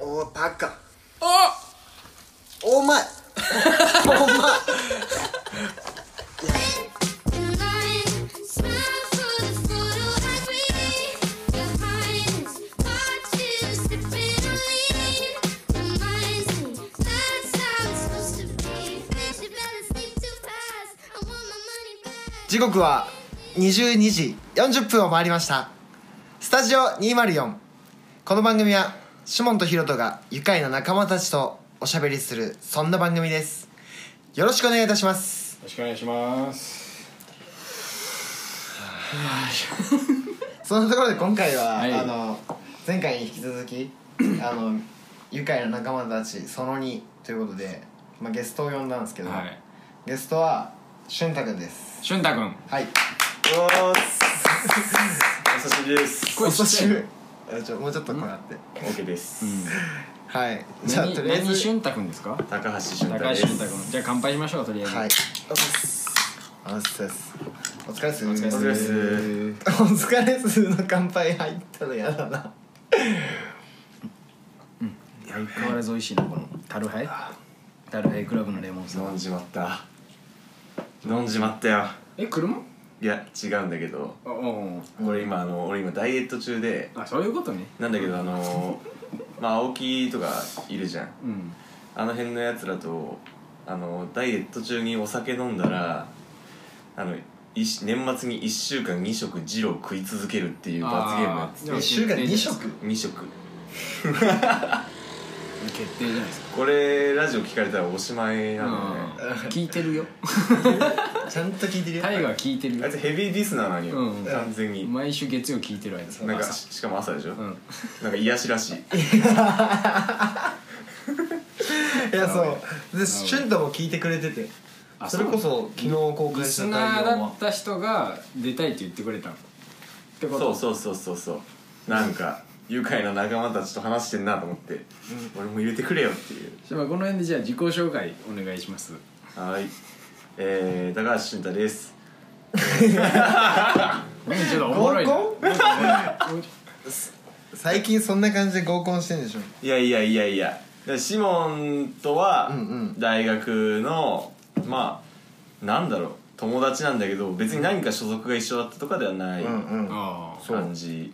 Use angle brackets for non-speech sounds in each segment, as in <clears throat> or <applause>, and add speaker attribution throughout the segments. Speaker 1: おーバカ
Speaker 2: あ
Speaker 1: お前お前時刻は22時40分を回りましたスタジオ204この番組はシモンとヒロトが愉快な仲間たちとおしゃべりするそんな番組ですよろしくお願いいたします
Speaker 3: よろしくお願いします
Speaker 1: そのところで今回は、
Speaker 3: はい
Speaker 1: あの前回に引き続 <clears throat> きあの愉快な仲間たちその2ということで、まあ、ゲストを呼んだんですけど、
Speaker 3: はい
Speaker 1: ゲストは俊太くんです
Speaker 3: 俊太君
Speaker 1: はい
Speaker 4: お久しぶりです。
Speaker 1: お久しぶりあちょもうちょっとこうやって
Speaker 4: オッケーです。
Speaker 1: はいじゃあ
Speaker 3: 何
Speaker 1: とりあえ
Speaker 3: 何
Speaker 1: ず
Speaker 3: 俊太君ですか
Speaker 4: 高橋俊
Speaker 3: 高
Speaker 4: 太
Speaker 3: 橋
Speaker 4: です。
Speaker 3: 俊太君じゃあ乾杯しましょうとりあえず
Speaker 1: はいお疲れっすお疲れっすお疲
Speaker 4: お疲れです。
Speaker 1: お疲れっすの乾杯入ったのやだな
Speaker 3: 相変わらず美味しいなこのタルハイタルハイクラブのレモンサワ
Speaker 4: 飲んじまった。飲んじまったよ。
Speaker 3: ーえ車
Speaker 4: いや違うんだけど、
Speaker 3: あうん
Speaker 4: これ今あの俺今ダイエット中で、
Speaker 3: あそういうことね
Speaker 4: なんだけどあのまあ青木とかいるじゃん。
Speaker 3: うん
Speaker 4: あの辺のやつらとあのダイエット中にお酒飲んだら、あの一年末に一週間二食ジロー食い続けるっていう罰ゲームやって
Speaker 3: あー
Speaker 1: 1週間2食
Speaker 4: 二食。
Speaker 3: 決定じゃないですか
Speaker 4: これラジオ聞かれたらおしまいなのね。
Speaker 3: 聞いてるよ <laughs>
Speaker 1: ちゃんと聞いてるよ
Speaker 3: タイガー聞いてる
Speaker 4: あい
Speaker 3: よ
Speaker 4: つヘビーリスナーなのよ、
Speaker 3: うん
Speaker 4: 完全に、
Speaker 3: 毎週月曜聞いてるあいつ
Speaker 4: なんか
Speaker 3: 朝
Speaker 4: ししかも朝でしょ、
Speaker 3: うん
Speaker 4: なんか癒しらしい
Speaker 1: いやそうで俊太も聞いてくれてて
Speaker 3: あ
Speaker 1: それこそ昨日公
Speaker 3: リ
Speaker 1: 開
Speaker 3: ス
Speaker 1: した
Speaker 3: ナー
Speaker 1: 内容
Speaker 3: だ
Speaker 1: は
Speaker 3: った人が出たいって言ってくれたのってこと
Speaker 4: そうそうそうそうそうなんか愉快な仲間たちと話してんなと思って、俺も入れてくれよっていう
Speaker 3: じゃあこの辺でじゃあ自己紹介お願いします
Speaker 4: はいえー、高橋俊太です
Speaker 3: 何ちょっとおもろ
Speaker 1: 合
Speaker 3: いな
Speaker 1: コン最近そんな感じで合コンしてんでしょ
Speaker 4: いやいやいやいやでシモンとは
Speaker 1: うんうん
Speaker 4: 大学の、まあなんだろう友達なんだけど別に何か所属が一緒だったとかではない、
Speaker 1: うんうん
Speaker 3: ああ
Speaker 4: 感じ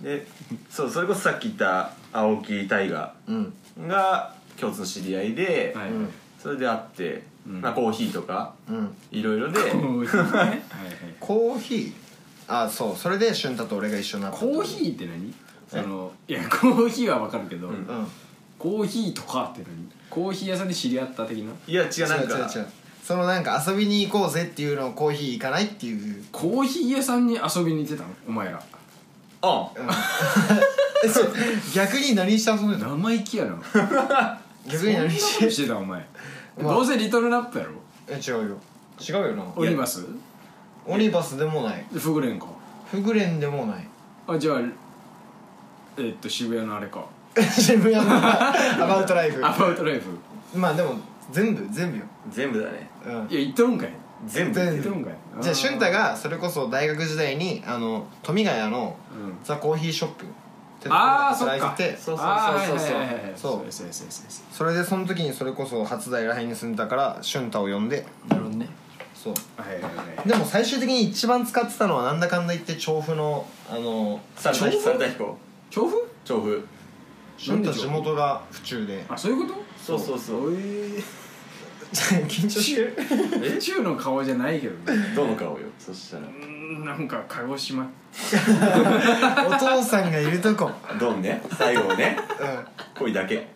Speaker 4: でそうそれこそさっき言った青木大我
Speaker 1: うん
Speaker 4: が共通の知り合いで、
Speaker 3: はい
Speaker 1: うん
Speaker 4: それで会って、
Speaker 3: うん
Speaker 4: まあ、コーヒーとか
Speaker 1: うん
Speaker 4: いろいろで
Speaker 3: コーヒーねはいはい
Speaker 1: コーヒーあそうそれで俊太と俺が一緒になった
Speaker 3: コーヒーって何そのいやコーヒーはわかるけど
Speaker 4: ん
Speaker 1: うん
Speaker 3: コーヒーとかって何コーヒー屋さんで知り合った的ない
Speaker 4: や違うなん
Speaker 1: 違う
Speaker 4: か
Speaker 1: 違う違うそのなんか遊びに行こうぜっていうのをコーヒー行かないっていう
Speaker 3: コーヒー屋さんに遊びに行ってたのお前ら
Speaker 4: あ
Speaker 1: えそう逆に何して遊んでたの
Speaker 3: 生意気やな
Speaker 1: 逆
Speaker 3: そん
Speaker 1: に
Speaker 3: なこと
Speaker 1: 何して
Speaker 3: してたお前
Speaker 1: まあ
Speaker 3: どうせリトルラップやろ
Speaker 1: え違うよ違うよな
Speaker 3: オニバス
Speaker 1: オニバスでもない
Speaker 3: フグレンか
Speaker 1: フグレンでもない <laughs>
Speaker 3: あじゃあえっと渋谷のあれか
Speaker 1: 渋谷のアバウトライフ
Speaker 3: アバウトライフ
Speaker 1: まあでも全部全部よ、
Speaker 4: 全部だね
Speaker 1: うん
Speaker 3: い、や行っとるんかい
Speaker 4: 全部
Speaker 1: 全
Speaker 3: 行っとるんかい
Speaker 1: じゃあ俊太
Speaker 3: が
Speaker 1: がそれこそ大学時代にあの富ヶ谷の
Speaker 3: うん
Speaker 1: ザ・コーヒーショップってところで
Speaker 3: あーそっか
Speaker 1: 働いてて
Speaker 4: そうそう
Speaker 3: あー
Speaker 4: そうそうそう
Speaker 3: はいはいはいはい
Speaker 1: そう
Speaker 3: そうそうそうそ
Speaker 1: それでその時にそれこそ初台らへんに住んでたから俊太を呼んで
Speaker 3: うなるほどね
Speaker 1: そう
Speaker 3: はいはいはい
Speaker 1: でも最終的に一番使ってたのはなんだかんだ言って調布のあの
Speaker 4: サルタヒサルタヒコ
Speaker 3: 調布
Speaker 4: 調布
Speaker 1: 俊太地元が府中
Speaker 3: <laughs>
Speaker 1: で
Speaker 3: あそういうこと
Speaker 4: そうそうそう
Speaker 3: おえ
Speaker 1: 緊張してる
Speaker 3: ー、中の顔じゃないけどね
Speaker 4: どの顔よそしたら
Speaker 3: うーんなんか鹿児島
Speaker 1: <laughs> お父さんがいると <laughs> こ
Speaker 4: ドンね最後 <laughs> ね
Speaker 1: う
Speaker 4: 恋だけ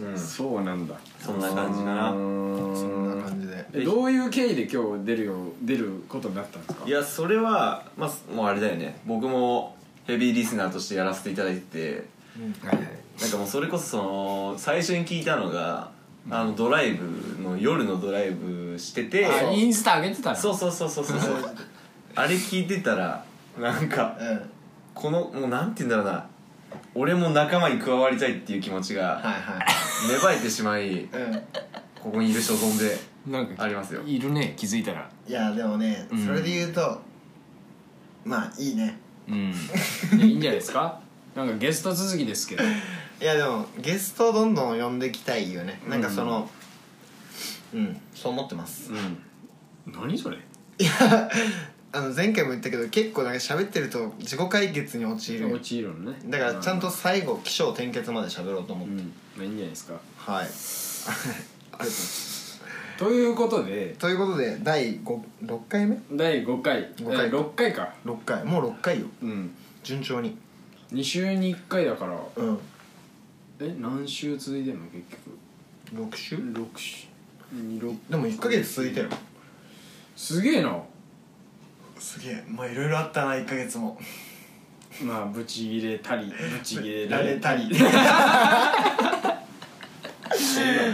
Speaker 4: うん
Speaker 3: そうなんだ
Speaker 4: そんな感じだな
Speaker 3: うーん
Speaker 1: んそんな感じで
Speaker 3: えどういう経緯で今日出るよ出ることになったんですか
Speaker 4: いやそれはまあもうあれだよね僕もヘビーリスナーとしてやらせていただいてて
Speaker 3: はいはい
Speaker 4: なんかもうそれこそその最初に聞いたのが、あのドライブの夜のドライブしてて
Speaker 3: あインスタ上げてたの
Speaker 4: そうそうそうそうそうそうあれ聞いてたらなんか
Speaker 1: うん
Speaker 4: このもうなんて言うんだろうな俺も仲間に加わりたいっていう気持ちが
Speaker 1: はいは
Speaker 4: 芽生えてしまい
Speaker 1: いうん
Speaker 4: ここにいる所存で
Speaker 3: なんか
Speaker 4: ありますよ
Speaker 3: いるね気づいたら
Speaker 1: いやでもね
Speaker 3: ん
Speaker 1: それで言うとまあいいね
Speaker 3: うんいやいいんじゃないですかなんかゲスト続きですけど
Speaker 1: いやでもゲストをどんどん呼んでいきたいよねなんかそのうん、そう思ってます
Speaker 3: うん何それ
Speaker 1: いやあの前回も言ったけど結構なんか喋ってると自己解決に陥る
Speaker 3: 落ちるのね
Speaker 1: だからちゃんと最後起承転結まで喋ろうと思っ
Speaker 3: う
Speaker 1: て、
Speaker 3: んまあいいんじゃないですか
Speaker 1: はい <laughs> ありがとうございます
Speaker 3: ということで
Speaker 1: <laughs> ということで第5 6回目
Speaker 3: 第5回
Speaker 1: 五回
Speaker 3: えー6回か
Speaker 1: 6回もう6回よ
Speaker 3: うん
Speaker 1: 順調に
Speaker 3: 2週に1回だから
Speaker 1: うん
Speaker 3: え何週続いてんの結局
Speaker 1: 6週
Speaker 3: 6週6
Speaker 1: でも1ヶ月続いてる
Speaker 3: すげえな
Speaker 1: すげえまあいろいろあったな1ヶ月も
Speaker 3: まあブチギレたりブチギレ
Speaker 1: られたり <laughs> うん
Speaker 4: そう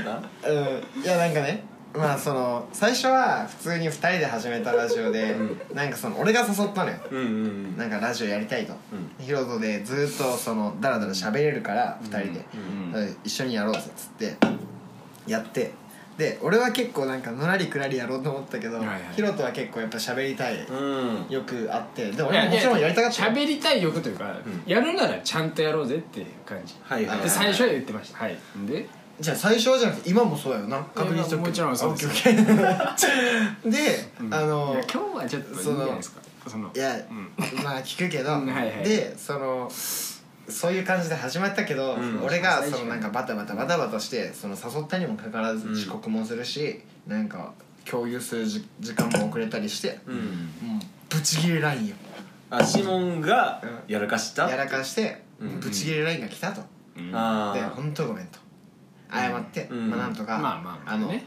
Speaker 4: だった
Speaker 1: いやなんかねまあその最初は普通に2人で始めたラジオで、なんかその俺が誘ったのよ
Speaker 4: うんうんうん
Speaker 1: なんかラジオやりたいと、
Speaker 4: う
Speaker 1: ヒロトでずーっとそのダラダラ喋れるから2人で、
Speaker 3: うん
Speaker 1: だから一緒にやろうぜっつってやってで俺は結構なんかのらりくらりやろうと思ったけど、
Speaker 3: はいはい
Speaker 1: ヒロトは結構やっぱ喋りたい、
Speaker 4: うん
Speaker 1: よくあってでも
Speaker 3: いや
Speaker 1: 俺ももちろんやりたかったよ
Speaker 3: 喋りたい欲というか、
Speaker 4: うん
Speaker 3: やるならちゃんとやろうぜっていう感じ
Speaker 4: はいはいはい
Speaker 3: で最初は言ってましたはいで
Speaker 1: じゃあ最初はじゃなくて今もそうやよな確認しとく
Speaker 3: もちろんそうです
Speaker 1: あオッケーオッケーで、あ
Speaker 3: い
Speaker 1: の
Speaker 3: や今日はちょっといいんじゃないですかその
Speaker 1: いや、
Speaker 3: うん
Speaker 1: まあ聞くけど、
Speaker 3: うんはいはい
Speaker 1: でそのそういう感じで始まったけど、
Speaker 4: うん
Speaker 1: 俺が
Speaker 3: 最初
Speaker 1: そのなんかバタバタバタバタしてその誘ったにもかかわらず
Speaker 4: うん
Speaker 1: 遅刻もするし、なんか共有するじ時間も遅れたりして、
Speaker 4: うん
Speaker 1: もうブチギレラインよ
Speaker 4: あシモンがやらかした、
Speaker 1: やらかして、
Speaker 4: うん
Speaker 1: ブチギレラインが来たと
Speaker 3: うん
Speaker 4: あ
Speaker 1: で
Speaker 4: あ
Speaker 1: 本当ごめんと謝って、
Speaker 4: うん
Speaker 1: まあなんとか、
Speaker 3: まあまあまあ
Speaker 1: の
Speaker 3: ね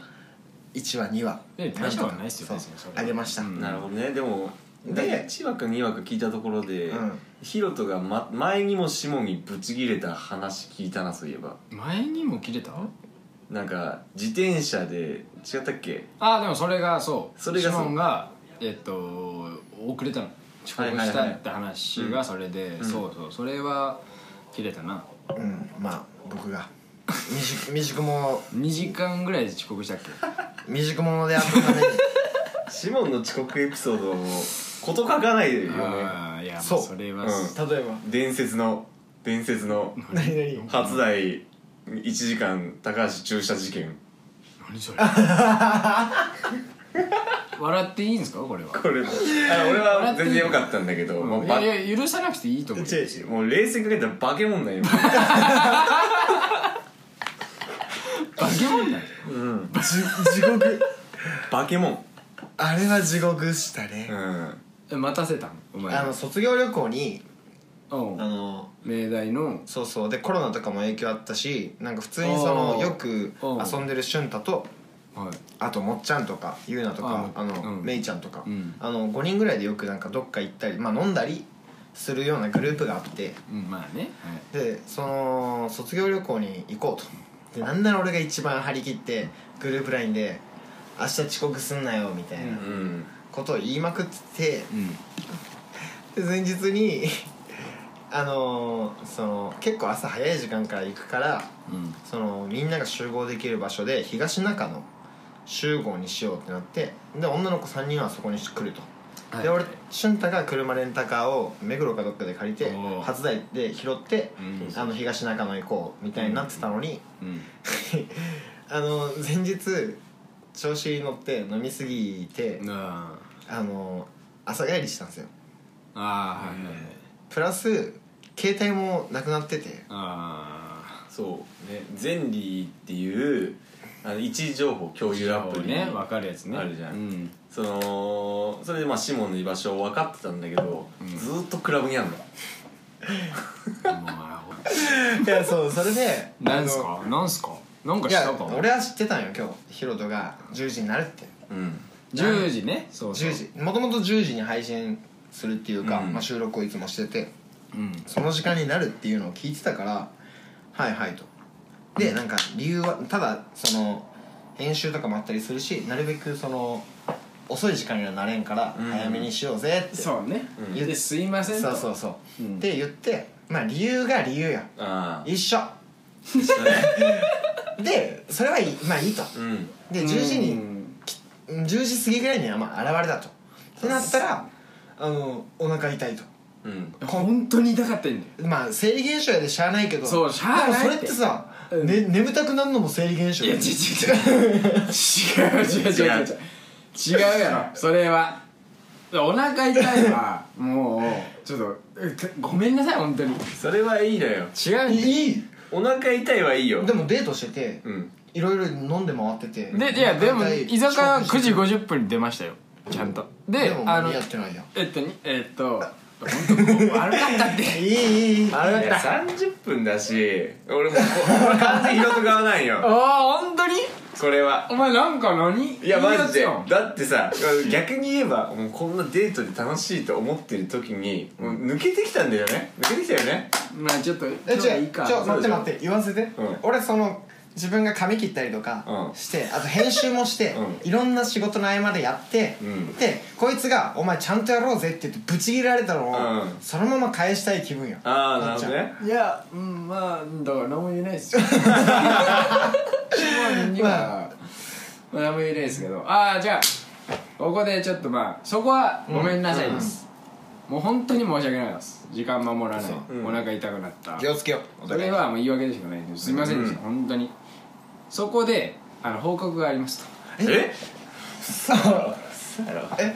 Speaker 1: 1話2話
Speaker 3: で大したことないっすよ
Speaker 1: そう
Speaker 3: 別にそれ
Speaker 1: あげました、
Speaker 3: うん
Speaker 4: なるほどねでも
Speaker 1: で
Speaker 4: 第1話か2話か聞いたところで、
Speaker 1: うん
Speaker 4: ヒロトが、ま、前にもシモンにブチギレた話聞いたなそういえば
Speaker 3: 前にも切れた
Speaker 4: なんか自転車で違ったっけ
Speaker 3: ああでもそれがそう
Speaker 4: それがそう
Speaker 3: シモンがえっと遅れたの遅刻
Speaker 4: はい
Speaker 3: し
Speaker 4: は
Speaker 3: た
Speaker 4: いはい
Speaker 3: って話がそれで、そうそうそれは切れたな
Speaker 1: うんまあ僕が未熟未熟も
Speaker 3: 2時間ぐらいで遅刻したっけ
Speaker 1: 未熟者であったために
Speaker 4: シモンの遅刻エピソードはもうこと書かないよね
Speaker 3: ああいやまあ
Speaker 1: そう
Speaker 3: それは、
Speaker 4: う
Speaker 3: <laughs>
Speaker 4: ん
Speaker 1: 例えば
Speaker 4: 伝説の伝説の
Speaker 1: 何何
Speaker 4: 初代1時間高橋駐車事件
Speaker 3: 何
Speaker 4: <laughs>
Speaker 3: それ笑っていいんですかこれは
Speaker 4: これあ俺は全然良かったんだけど、もう
Speaker 3: い
Speaker 4: ば
Speaker 3: やいや許さなくていいと思うよ
Speaker 4: もう冷静にかけたら化け物 <laughs> だよ
Speaker 3: 化け物だよ
Speaker 1: 地獄
Speaker 4: 化け物
Speaker 1: あれは地獄した
Speaker 4: う
Speaker 1: ね、
Speaker 4: ん
Speaker 3: え待たせたのお前
Speaker 1: あの卒業旅行に
Speaker 3: うん
Speaker 1: あの
Speaker 3: 明大の
Speaker 1: そうそうでコロナとかも影響あったしなんか普通にそ
Speaker 3: あ
Speaker 1: の
Speaker 3: ー
Speaker 1: よく
Speaker 3: あー
Speaker 1: 遊んでる俊太と
Speaker 3: はい
Speaker 1: あともっちゃんとかゆうなとか
Speaker 3: あ
Speaker 1: あの、
Speaker 3: うん
Speaker 1: めいちゃんとか、
Speaker 3: うん
Speaker 1: あの5人ぐらいでよくなんかどっか行ったり、まあ、飲んだりするようなグループがあって
Speaker 3: うんまあね、はい
Speaker 1: でその卒業旅行に行こうとでなんなら俺が一番張り切ってグループラインで「明日遅刻すんなよ」みたいな
Speaker 4: うん
Speaker 1: ことを言いまくって
Speaker 3: うん
Speaker 1: で前日にあのーその結構朝早い時間から行くから
Speaker 3: うん
Speaker 1: そのみんなが集合できる場所で東中の集合にしようってなってで女の子3人はそこに来ると。
Speaker 3: はい
Speaker 1: で俺俊太が車レンタカーを目黒かどっかで借りて
Speaker 3: おー
Speaker 1: 初台で拾って、
Speaker 3: うん
Speaker 1: あの東中野行こうみたいになってたのに、 <laughs>
Speaker 3: うん、
Speaker 1: あの前日調子に乗って飲みすぎて、
Speaker 3: あ
Speaker 1: あの朝帰りしたんですよ
Speaker 3: あああはいはいはい
Speaker 1: プラス携帯もなくなってて
Speaker 3: あ
Speaker 4: そうねゼンリーっていうあの位置情報共有ア
Speaker 3: あ
Speaker 4: プリ
Speaker 3: ね分かるやつね
Speaker 4: あるじゃ
Speaker 3: <laughs>
Speaker 4: ん
Speaker 3: うん、
Speaker 4: そのそれでまあシモンの居場所を分かってたんだけど、ずーっとクラブにあんの
Speaker 3: もうあほ
Speaker 1: いやそうそれ <laughs> で
Speaker 3: なんすかなんすかなん
Speaker 1: あの
Speaker 3: か
Speaker 1: い
Speaker 3: し
Speaker 1: や
Speaker 3: たか
Speaker 1: 俺は知ってたんよ今日ヒロトが10時になるって
Speaker 4: うん
Speaker 3: 10時ねそうそう
Speaker 1: 10時もともと10時に配信するっていうか、
Speaker 4: うん
Speaker 1: まあ、収録をいつもしてて
Speaker 3: うん
Speaker 1: その時間になるっていうのを聞いてたからはいはいとでなんか理由はただその編集とかもあったりするしなるべくその遅い時間にはなれんから
Speaker 4: うん
Speaker 1: 早めにしようぜって、
Speaker 3: そうね、
Speaker 4: うん
Speaker 3: ですいません
Speaker 1: そう
Speaker 3: と
Speaker 1: そう
Speaker 3: う
Speaker 1: そう、
Speaker 3: ん
Speaker 1: って言ってまあ理由が理由や
Speaker 4: ああ
Speaker 1: 一緒
Speaker 4: 一緒ね
Speaker 1: でそれはいいまあいいと
Speaker 4: うん
Speaker 1: で10時に
Speaker 3: うん
Speaker 1: 10時過ぎぐらいにはまあ現れたとってなったらあのお腹痛いと
Speaker 4: うん
Speaker 3: 本当に痛かったんだよ
Speaker 1: まあ生理現象やでしゃあないけど
Speaker 3: そうしゃあない
Speaker 1: でも
Speaker 3: っ
Speaker 1: そ
Speaker 3: て
Speaker 1: れってさ、
Speaker 3: うん
Speaker 1: ね、眠たくなるのも生理現象
Speaker 3: いや違う <laughs> 違う違う違う違う違う違う違うやろそれはお腹痛いはもうちょっとえごめんなさい本当に違
Speaker 4: それはいいのよ
Speaker 3: う
Speaker 1: いい
Speaker 4: お腹痛いはいいよ
Speaker 1: でもデートしてて
Speaker 4: うん
Speaker 1: いろいろ飲んで回ってて
Speaker 3: でいやでも居酒屋は9時
Speaker 1: 5
Speaker 3: 50分に出ましたよちゃんと
Speaker 1: で
Speaker 3: で
Speaker 1: も
Speaker 3: あ
Speaker 1: 間
Speaker 3: の
Speaker 1: に合ってないや
Speaker 3: えっとにえっと本当悪かったって
Speaker 1: いいいいいい
Speaker 3: 悪
Speaker 4: い
Speaker 3: か
Speaker 4: や
Speaker 3: った
Speaker 4: 30分だし俺もうここれ完全に広く買わないよ
Speaker 3: ああ本当に
Speaker 4: これは
Speaker 3: お前なんか何
Speaker 4: いやマ
Speaker 3: つ
Speaker 4: ジで
Speaker 3: やん
Speaker 4: だってさ逆に言えばもうこんなデートで楽しいと思ってる時にもう抜けてきたんだよね抜けてきたよね
Speaker 3: まあちょっと
Speaker 1: え
Speaker 3: 今日は
Speaker 1: 違
Speaker 3: いういか
Speaker 1: ちょ待って待って言わせて、
Speaker 4: うん
Speaker 1: 俺その自分が髪切ったりとか
Speaker 4: うん
Speaker 1: して、あと編集もして、
Speaker 4: う
Speaker 1: いろんな仕事の合間でやって、
Speaker 4: うん
Speaker 1: でこいつが「お前ちゃんとやろうぜ」って言ってブチ切られたのを、
Speaker 4: うん
Speaker 1: そのまま返したい気分よ
Speaker 4: ああな
Speaker 1: っ
Speaker 4: る
Speaker 1: ち
Speaker 4: ほ
Speaker 1: ゃん
Speaker 4: ど
Speaker 3: い
Speaker 4: ね
Speaker 3: やうんまあだから何も言えないで
Speaker 1: <laughs>
Speaker 3: すよシモンには、まあ、何も言えないですけどああじゃあここでちょっとまあそこはごめんなさいです、もう本当に申し訳ないです時間守らない、
Speaker 4: うん
Speaker 3: お腹痛くなった
Speaker 1: 気をつけようお
Speaker 3: そ
Speaker 1: 互
Speaker 3: れ
Speaker 1: い
Speaker 3: はもう言い訳でしかないんですすいませんでした、本当にそこであの報告があります
Speaker 4: え嘘やろ
Speaker 1: え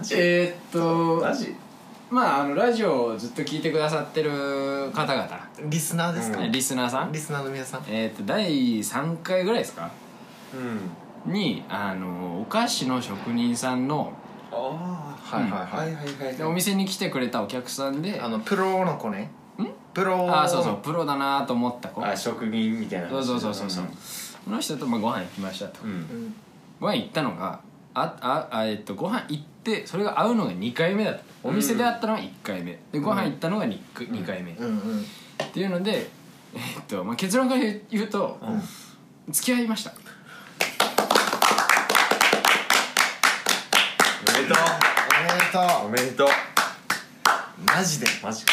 Speaker 3: とえー、っと
Speaker 4: マジ
Speaker 3: まああのラジオをずっと聞いてくださってる方々、
Speaker 1: リスナーですか、
Speaker 4: うん
Speaker 3: リスナーさん
Speaker 1: リスナーの皆さん
Speaker 3: えー、っと第3回ぐらいですか
Speaker 4: うん
Speaker 3: にあのお菓子の職人さんの
Speaker 4: ああ
Speaker 1: はいはいはい
Speaker 4: はいはい
Speaker 3: でお店に来てくれたお客さんで
Speaker 1: あ
Speaker 3: あ
Speaker 1: のプロの子ねプロの
Speaker 3: あそうそうプロだなと思った子
Speaker 4: あ職人みたいな
Speaker 3: そうそうそうそうそうその人とまあご飯行きましたと、
Speaker 4: うん
Speaker 1: うん
Speaker 3: ご飯行ったのがあああえっとご飯行ってそれが合うのが2回目だったお店で会ったのが1回目でご飯行ったのが 2, 2回目、
Speaker 1: う
Speaker 3: っ
Speaker 1: んうん
Speaker 3: ていうので、えっとまあ、結論から言う言うと、付き合いました
Speaker 4: おめでとうお
Speaker 1: おめでと
Speaker 4: めでとう
Speaker 1: うマジで
Speaker 4: マジか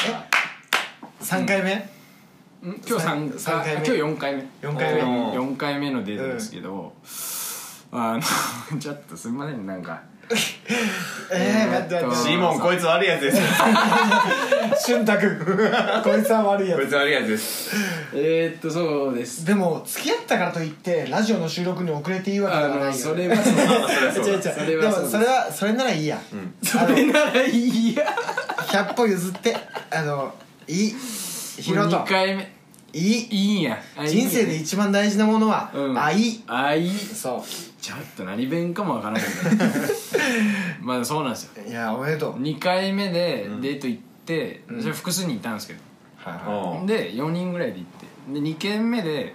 Speaker 1: 3回目、
Speaker 3: ん今日三
Speaker 1: 三三回目
Speaker 3: あ今日4回目
Speaker 1: 四回目
Speaker 3: おー四回目のデートですけど、あの <laughs> ちょっとすみませんなんか
Speaker 1: え
Speaker 3: え
Speaker 1: ー、
Speaker 3: ー
Speaker 1: 待って待
Speaker 3: っ
Speaker 1: っ
Speaker 3: と
Speaker 1: て
Speaker 4: シモンこいつ悪いやつです
Speaker 1: 俊太君こいつは悪いや
Speaker 4: <laughs> こい
Speaker 1: つ
Speaker 4: つ悪いやつです
Speaker 3: えー、っとそうです
Speaker 1: でも付き合ったからといってラジオの収録に遅れていいわけで
Speaker 3: あ
Speaker 1: はないよね
Speaker 3: のそれは
Speaker 1: <laughs>
Speaker 3: そう
Speaker 1: 違う違う
Speaker 3: それ
Speaker 1: で
Speaker 3: は
Speaker 1: も
Speaker 3: そうです
Speaker 1: それはそれならいいや、
Speaker 3: それならいいや
Speaker 1: 100歩譲ってあのいいひろと
Speaker 3: 2回目
Speaker 1: いい
Speaker 3: いいんやあいいんや
Speaker 1: 人生で一番大事なものは、
Speaker 3: うん
Speaker 1: あいい
Speaker 3: あいい
Speaker 1: そ
Speaker 3: ちょっと何弁かもわからないけど
Speaker 1: <laughs>
Speaker 3: まあそうなんですよ
Speaker 1: ういやおめでとう
Speaker 3: 2回目でデート行って、それ複数人いたんですけど、
Speaker 4: おう
Speaker 3: で4人ぐらいで行ってで2軒目で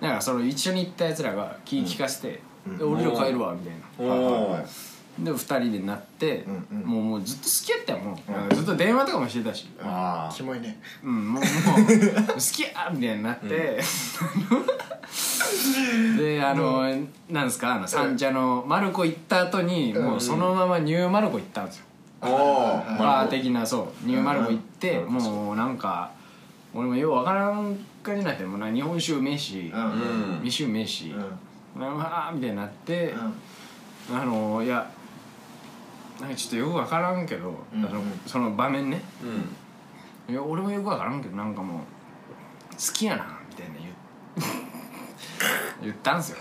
Speaker 3: なんかその一緒に行ったやつらが気聞かせて「で俺ら帰るわ」みたいな。
Speaker 4: お
Speaker 1: は
Speaker 4: お
Speaker 1: い
Speaker 3: で2人でなって、
Speaker 1: んうん
Speaker 3: もうもうずっと好きやったよもう、なんかずっと電話とかもしてたし、
Speaker 4: ああ
Speaker 1: キモいね
Speaker 3: うん、もうもう好きやみたいになって、 <laughs> であの、なんですかあの三茶のマルコ行った後に、もうそのままニューマルコ行ったんですよ、
Speaker 4: おお
Speaker 3: バー的なそうニューマルコ行って、もうなんか俺もようわからん感じになってもうな日本酒うめえし、
Speaker 1: うんうん
Speaker 4: うん
Speaker 3: 未酒うめえし、
Speaker 1: うん
Speaker 3: なあみたいになって、あのいやなんかちょっとよく分からんけど、
Speaker 1: うんうん
Speaker 3: あのその場面ね
Speaker 4: うん
Speaker 3: いや俺もよく分からんけどなんかもう好きやなみたいな言う <laughs> 言ったんすよ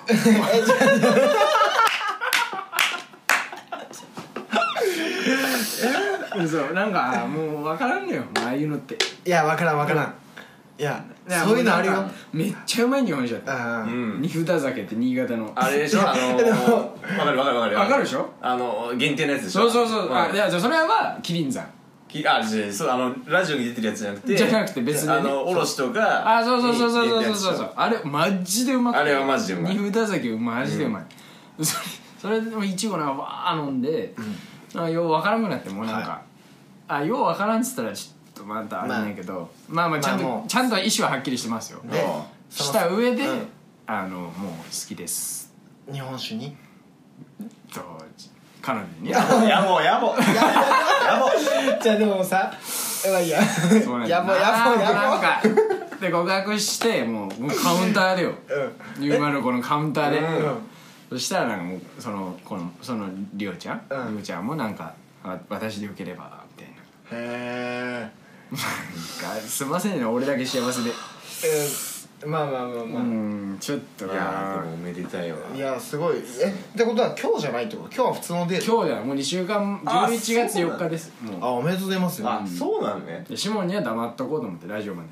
Speaker 3: そうなんかもう分からんのよもうああいうのって
Speaker 1: いやわからんわからんいや
Speaker 3: いや
Speaker 1: そういうのあるよ
Speaker 3: もうなんかめっちゃうまい日本酒だっ
Speaker 1: う
Speaker 4: うん
Speaker 3: た
Speaker 4: ん
Speaker 3: 二札酒って新潟の
Speaker 4: あれでしょあのーわかるわかるわかる
Speaker 3: わかるでしょ
Speaker 4: あのー限定のやつでし
Speaker 3: そ
Speaker 4: ょ
Speaker 3: うそうそう、
Speaker 4: ん
Speaker 3: あいやじゃあそれは麒麟山
Speaker 4: きあ違うそうあのラジオに出てるやつじゃなくて
Speaker 3: じゃなくて別にね
Speaker 4: あのおろしとか
Speaker 3: あそうそうそうそうそうそうそう
Speaker 4: そう
Speaker 3: あれマジでうまくて
Speaker 4: あれはマジでうまい
Speaker 3: 二札酒マジでうまい、それそれでもいちごなんかわー飲んで、なんかようわからんくなってもうなんか、あようわからんっつったらちょっとまたあれなんやけど、まあまあちゃんと、
Speaker 1: まあもう
Speaker 3: ちゃんと意思ははっきりしてますよ
Speaker 1: でその
Speaker 3: した上で、
Speaker 1: うん
Speaker 3: あのもう好きです
Speaker 1: 日本酒に
Speaker 3: と彼女にね
Speaker 4: やぼやぼやぼ
Speaker 1: じゃあでもさまあいいや
Speaker 3: そうなんだ
Speaker 1: やばいやばい
Speaker 3: なん
Speaker 1: や
Speaker 3: かで告白してもうもうカウンターでよ
Speaker 1: ばいうん
Speaker 3: ニューマルコのカウンターで、
Speaker 4: うん
Speaker 1: うん
Speaker 3: そしたらなんかもうそのこのそのりょうちゃん、
Speaker 1: うん
Speaker 3: りょうちゃんもなんかあ「私でよければ」みたいな
Speaker 1: へ
Speaker 3: なんかすいませんね俺だけ幸せで
Speaker 1: えまあまあまあ
Speaker 3: う
Speaker 1: まあ、
Speaker 3: んちょっと
Speaker 4: い
Speaker 3: な
Speaker 4: やーでもおめでたいわ
Speaker 1: いやすごいえってことは今日じゃないってこと今日は普通のデート
Speaker 3: 今日だよもう2週間
Speaker 4: あ
Speaker 3: 11月4日ですも
Speaker 1: あおめでとうございますよ
Speaker 4: あそうなんね
Speaker 3: うでシモンには黙っとこうと思ってラジオまで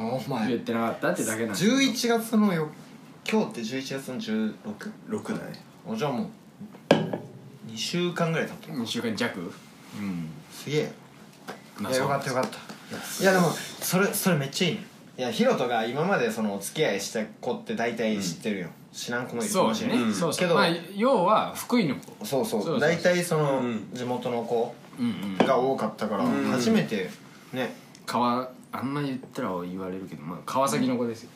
Speaker 1: お
Speaker 3: 言
Speaker 1: 前
Speaker 3: ってなかったってだけなんですけど
Speaker 1: 11月のよ今日って11月の 16?
Speaker 4: 六だね
Speaker 1: おじゃあもう2週間ぐらい経った
Speaker 3: 2週間弱うん
Speaker 1: すげえ
Speaker 3: まあ
Speaker 1: いやよかったよかったいやでもそれそれめっちゃいいねいやヒロトが今までそのお付き合いした子って大体知ってるよ、知らん子もいるか
Speaker 3: そう
Speaker 1: も
Speaker 3: で
Speaker 1: し
Speaker 3: す
Speaker 1: れ
Speaker 3: ね
Speaker 1: ない、
Speaker 4: ん
Speaker 3: そう
Speaker 1: け
Speaker 3: そう
Speaker 1: ど
Speaker 3: まあ要は福井の子
Speaker 1: そうそう
Speaker 3: そうそう
Speaker 1: 大体その
Speaker 4: うん
Speaker 1: 地元の子
Speaker 3: うんうん
Speaker 1: が多かったから、
Speaker 4: ん
Speaker 1: 初めてね
Speaker 3: 川あんま言ったら言われるけどまあ川崎の子ですよ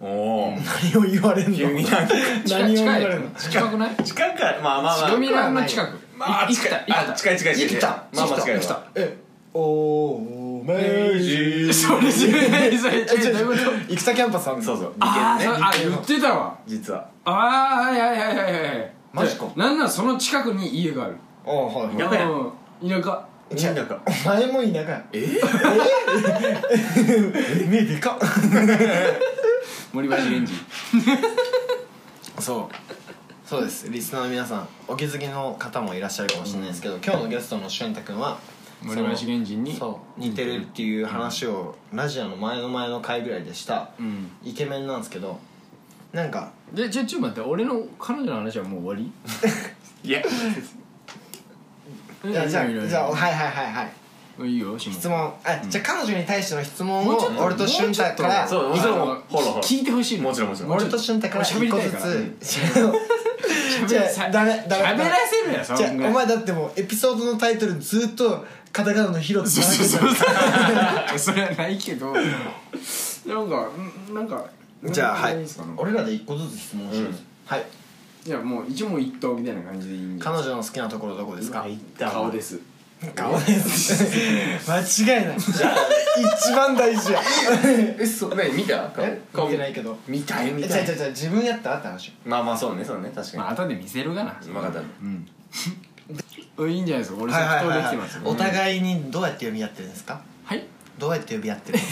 Speaker 4: おお
Speaker 1: 何を言われんの
Speaker 4: 急になんか
Speaker 3: 近
Speaker 1: 何を
Speaker 3: い
Speaker 1: 言われ
Speaker 3: 近
Speaker 1: る
Speaker 3: い
Speaker 1: の
Speaker 3: 近くない
Speaker 4: 近くはまあまあまあ
Speaker 3: 読売の近く
Speaker 4: まあ
Speaker 3: い生き
Speaker 4: 近
Speaker 3: た
Speaker 4: い
Speaker 3: 生き
Speaker 4: あ
Speaker 3: た
Speaker 4: 近い近い近い
Speaker 1: 生きた
Speaker 4: まあまあ近いわ
Speaker 3: 生きた
Speaker 1: えおーめじ
Speaker 3: それそれそれ
Speaker 1: えちょ
Speaker 3: どういうこと
Speaker 1: 生田キャンパスあんの
Speaker 4: そうそう
Speaker 3: あ
Speaker 4: 二
Speaker 3: ーそ
Speaker 4: 軒
Speaker 3: う
Speaker 4: ね
Speaker 3: あ言ってたわ
Speaker 4: 実は
Speaker 3: ああはいはいはいはいはい
Speaker 1: マジか
Speaker 3: なんならその近くに家がある
Speaker 1: あはい
Speaker 4: や
Speaker 1: は
Speaker 4: 田舎や
Speaker 3: うん田舎
Speaker 1: い
Speaker 4: なんだか
Speaker 1: お前も田舎や
Speaker 4: え
Speaker 1: え目でかっ
Speaker 3: 森橋源氏
Speaker 1: そうそうですリスナーの皆さんお気づきの方もいらっしゃるかもしれないですけど、今日のゲストの俊太君は
Speaker 3: 森橋源氏に
Speaker 1: そう似てるっていう話をラジオの前の前の回ぐらいでした、
Speaker 3: うん
Speaker 1: イケメンなんですけどなんか
Speaker 3: でちょちょっと待って俺の彼女の話はもう終わ
Speaker 4: いや
Speaker 3: り
Speaker 1: いやじゃ
Speaker 3: いろ
Speaker 1: あ
Speaker 3: いろ
Speaker 1: じゃあはいはいはいはい
Speaker 3: いいよシモン
Speaker 1: 質問あ、じゃあ彼女に対しての質問
Speaker 3: も
Speaker 1: を
Speaker 3: うちょっと
Speaker 1: 俺と俊太から
Speaker 4: そ
Speaker 3: い
Speaker 4: うも
Speaker 3: つ
Speaker 4: ちろん
Speaker 3: も
Speaker 4: ほらほら
Speaker 3: 聞いてほしいの
Speaker 4: もちろんもちろん
Speaker 3: 俺
Speaker 1: 俺と俊太から
Speaker 3: 喋り
Speaker 1: 一個
Speaker 3: たい
Speaker 1: ず
Speaker 3: から
Speaker 1: つ <laughs> じゃあ
Speaker 3: さ
Speaker 1: ダメダメ
Speaker 3: 喋らせるやんそ
Speaker 1: じゃあお
Speaker 3: んぐらい
Speaker 1: 前だってもうエピソードのタイトルずっとカタカナのヒロって
Speaker 3: そう
Speaker 1: 並
Speaker 3: そ
Speaker 1: べてた
Speaker 3: うそう <laughs> そうそれはないけどなんかんなんか
Speaker 1: じゃあは
Speaker 3: なんか
Speaker 1: い
Speaker 3: ですかね
Speaker 1: 俺らで一個ずつ質問します、
Speaker 4: うん
Speaker 1: はい
Speaker 3: いやもう一問一答みたいな感じでいいんで
Speaker 1: 彼女の好きなところどこですか
Speaker 4: 入ったわ
Speaker 3: 顔です
Speaker 1: 顔です間違いない一番大事や
Speaker 4: えそ何見た顔
Speaker 1: え
Speaker 4: 顔
Speaker 1: 見てないけど
Speaker 4: 見たい見
Speaker 1: え
Speaker 4: た
Speaker 1: 違う違
Speaker 4: いう
Speaker 1: 違う自分やったらって話
Speaker 4: まあまあそうねそうね確
Speaker 3: まあ
Speaker 4: か
Speaker 3: 後で見せるがな
Speaker 4: に分かっ
Speaker 3: <laughs>
Speaker 4: た
Speaker 3: うんいいんじゃないですか俺即答できてますよ
Speaker 1: お互いにどうやって呼び合ってるんですか
Speaker 3: はい
Speaker 1: どうやって呼び合ってる
Speaker 3: え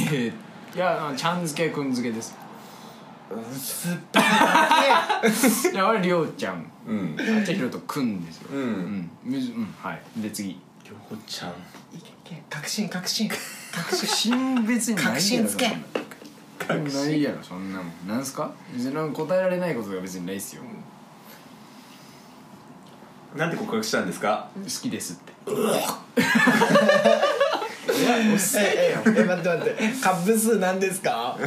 Speaker 3: ーいやあのちゃんづけくんづけです
Speaker 1: すっぱい
Speaker 3: いや俺りょうちゃん
Speaker 4: うん
Speaker 3: あっちひろとくんですよ
Speaker 4: うん
Speaker 3: うんむずうんはいで次
Speaker 4: りょうちゃん
Speaker 1: 確信確信
Speaker 3: 確信別にないやろ
Speaker 1: 確信つけ
Speaker 3: 確信ないやろそんなもんなんすか別になんか答えられないことが別にないっすよ
Speaker 4: なんて告白したんですか
Speaker 3: 好きですって
Speaker 1: えええ待って待ってカップ数何ですか